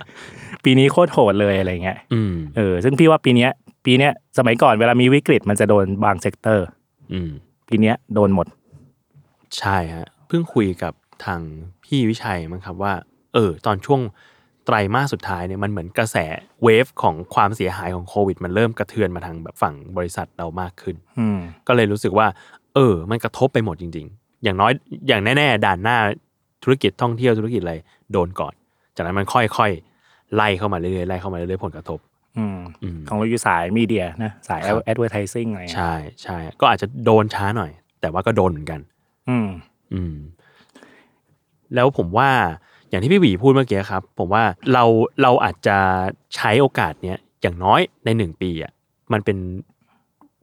B: ปีนี้โคตรโหดเลยอะไรเงี้ย
D: อืม
B: เออซึ่งพี่ว่าปีเนี้ย ปีเนี้ยสมัยก่อนเวลามีวิกฤตมันจะโดนบางเซกเตอร์
D: อืม
B: ปีเนี้ยโดนหมด
D: ใช่ฮะเพิ่งคุยกับทางพี่วิชัยมั้งครับว่า เออ ตอนช่วงไตรมาสสุดท้ายเนี่ยมันเหมือนกระแสเวฟของความเสียหายของโควิด มันเริ่มกระเทือนมาทางแบบฝั่งบริษัทเรามากขึ้น
B: อืม
D: ก็เลยรู้สึกว่า เออ มันกระทบไปหมดจริง ๆ อย่างน้อยอย่างแน่ ๆ ด่านหน้าธุรกิจท่องเที่ยวธุรกิจอะไรโดนก่อน จากนั้นมันค่อยๆ ไล่เข้ามาเรื่อยๆไล่เข้ามาเรื่อยๆผลกระทบ
B: อืม
D: อืม
B: ของเราอยู่สายมีเดียนะสาย
D: ครับ
B: แอดเวอร์ทิซิ่งอะไรเงี้ย
D: ใช่ใช่ก็อาจจะโดนช้าหน่อย แต่ว่าก็โดนเหมือนกัน
B: อืม
D: อืมแล้วผมว่าอย่างที่พี่หวีพูดเมื่อกี้ครับ ผมว่าเราเราอาจจะใช้โอกาสเนี้ยอย่างน้อยในหนึ่งปีอ่ะมันเป็น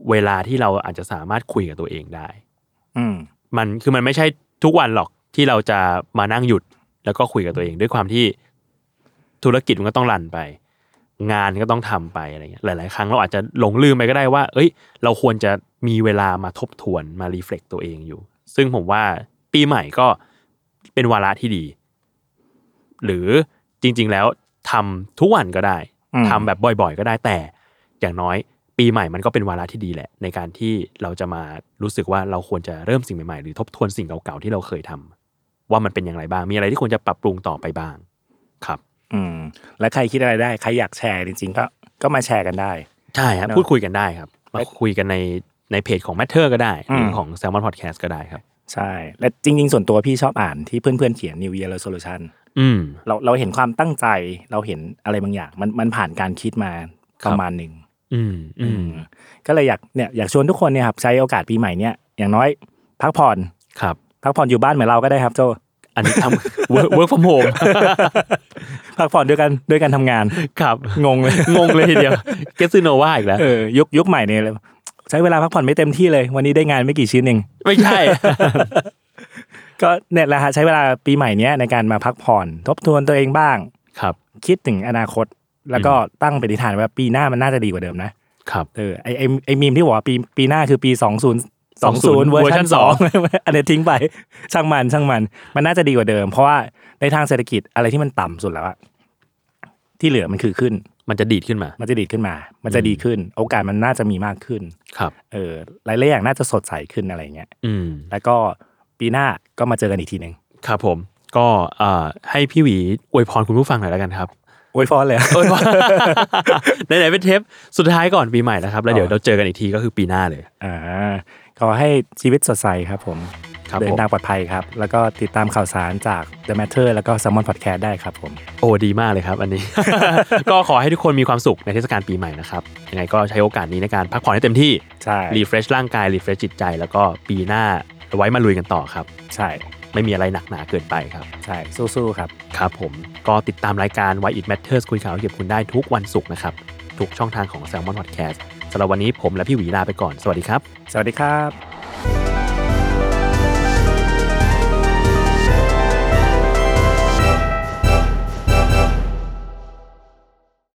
D: เวลาที่เราอาจจะสามารถคุยกับตัวเองได้
B: อืม
D: มันคือมันไม่ใช่ทุกวันหรอกที่เราจะมานั่งหยุดแล้วก็คุยกับตัวเอง ด้วยความที่ธุรกิจมันก็ต้องรันไป งานก็ต้องทำไปอะไรเงี้ยหลาย ๆ ครั้งเราอาจจะหลงลืมไปก็ได้ว่า เอ้ย เราควรจะมีเวลามาทบทวนมารีเฟล็กตัวเองอยู่ ซึ่งผมว่าปีใหม่ก็เป็นวาระที่ดี หรือจ จริง ๆ แล้วทำทุกวันก็ได้
B: อืม
D: ทำแบบบ่อยๆ ก็ได้แต่ อย่างน้อยปีใหม่มันก็เป็นวาระที่ดีแหละ ในการที่เราจะมารู้สึกว่าเราควรจะเริ่มสิ่งใหม่ๆ หรือทบทวนสิ่งเก่าๆที่เราเคยทำว่ามันเป็นอย่างไรบ้างมีอะไรที่ควรจะปรับปรุงต่อไปบ้างครับ
B: อืม และใครคิดอะไรได้ ใครอยากแชร์จริงๆก็ก็มาแชร์กันได้
D: ใช่ครับ
B: เนอะ
D: พูดคุยกันได้ครับมาคุยกันในในเพจของ Matter ก็ได้หรืออ
B: ม
D: ของ Salmon Podcast ก็ได้ครับ
B: ใช่ และจริง ๆ ส่วนตัวพี่ชอบอ่านที่เพื่อนๆเขียน New Year Resolution
D: อืม
B: เราเราเห็นความตั้งใจเราเห็นอะไรบางอย่าง มันมันผ่านการคิดมา
D: ค
B: ป
D: รับ
B: ระมาณหนึ่ง
D: อืมอืม
B: อืมก็เลยอยากเนี่ยอยากชวนทุกคนเนี่ยครับใช้โอกาสปีใหม่เนี่ยอย่างน้อยพักผ่อน
D: ครับ
B: พักผ่อนอยู่บ้านเหมือนเราก็ได้ครับโจ
D: อันนี้ทำ [LAUGHS] work work from home
B: พักผ่อนด้วยกันด้วยกันทำงาน
D: ครับ
B: งงเลย
D: [LAUGHS] งงเลยทีเดียวเกสซิโนวาอีกแล้ว
B: เออยุคยุคใหม่เนี่ยเลยใช้เวลาพักผ่อนไม่เต็มที่เลย วันนี้ได้งานไม่กี่ชิ้นเอง
D: [LAUGHS] ไม่ใช่
B: ก็เนี่ยแหละฮะใช้เวลาปีใหม่เนี้ยในการมาพักผ่อน ทบทวนตัวเองบ้าง
D: ครับ
B: คิดถึงอนาคต แล้วก็ตั้งปฏิฐานว่าปีหน้ามันน่าจะดีกว่าเดิมนะ
D: ครับ
B: เออไอไอไอมีมที่บอกว่าปีปีหน้าคือปีสองศูนย์สองศูนย์
D: 20
B: เวอร์ชัน
D: เวอร์ชันส
B: ส
D: อ
B: อง ง [LAUGHS] อันนี้ทิ้งไป ช่างมันช่างมัน มันน่าจะดีกว่าเดิม เพราะว่าในทางเศรษฐกิจอะไรที่มันต่ำสุดแล้วอะที่เหลือมันคือขึ้น
D: มันจะดีดขึ้นมา
B: มันจะดีดขึ้นมา มันจะดีขึ้น โอกาสมันน่าจะมีมากขึ้น
D: ครับ
B: เออหลายๆอย่างน่าจะสดใสขึ้นอะไรเงี้ย
D: อืม
B: แล้วก็ปีหน้าก็มาเจอกันอีกทีหนึ่ง
D: ครับผม ก็เอ่อให้พี่หวีอวยพรคุณผู้ฟังหน่อยแล้วกันครับ
B: โอ้ยฟอนเลย
D: อวยพร ไหนๆเป็นเทปสุดท้ายก่อนปีใหม่นะครับ แล้วเดี๋ยวเราเจอกันอีกทีก็คือปีหน้าเลย
B: อ่าขอให้ชีวิตสดใสครับผม
D: ครับ
B: เดิ
D: ผม
B: นทางปลอดภัยครับ แล้วก็ติดตามข่าวสารจาก The Matter แล้วก็ s ซ m m o n Podcast ได้ครับผม
D: โอ้ดีมากเลยครับ อันนี้ [LAUGHS] ก็ขอให้ทุกคนมีความสุขในเทศกาลปีใหม่นะครับ ยังไงก็ใช้โอกาสนี้ในการพักผ่อนให้เต็มที่
B: ใช่
D: รีเฟรชร่างกาย รีเฟรชจิตใจ แล้วก็ปีหน้าไว้มาลุยกันต่อครับ
B: ใช่
D: ไม่มีอะไรหนักหนาเกินไปครับ
B: ใช่สู้ๆครับ
D: ครับผมก็ติดตามรายการ Why It Matters คุยข่าวให้เก็บคุณได้ทุกวันศุกร์นะครับ ทุกช่องทางของ Salmon Podcast สำหรับวันนี้ผมและพี่หวีลาไปก่อน สวัสดีครับ
B: สวัสดีครับ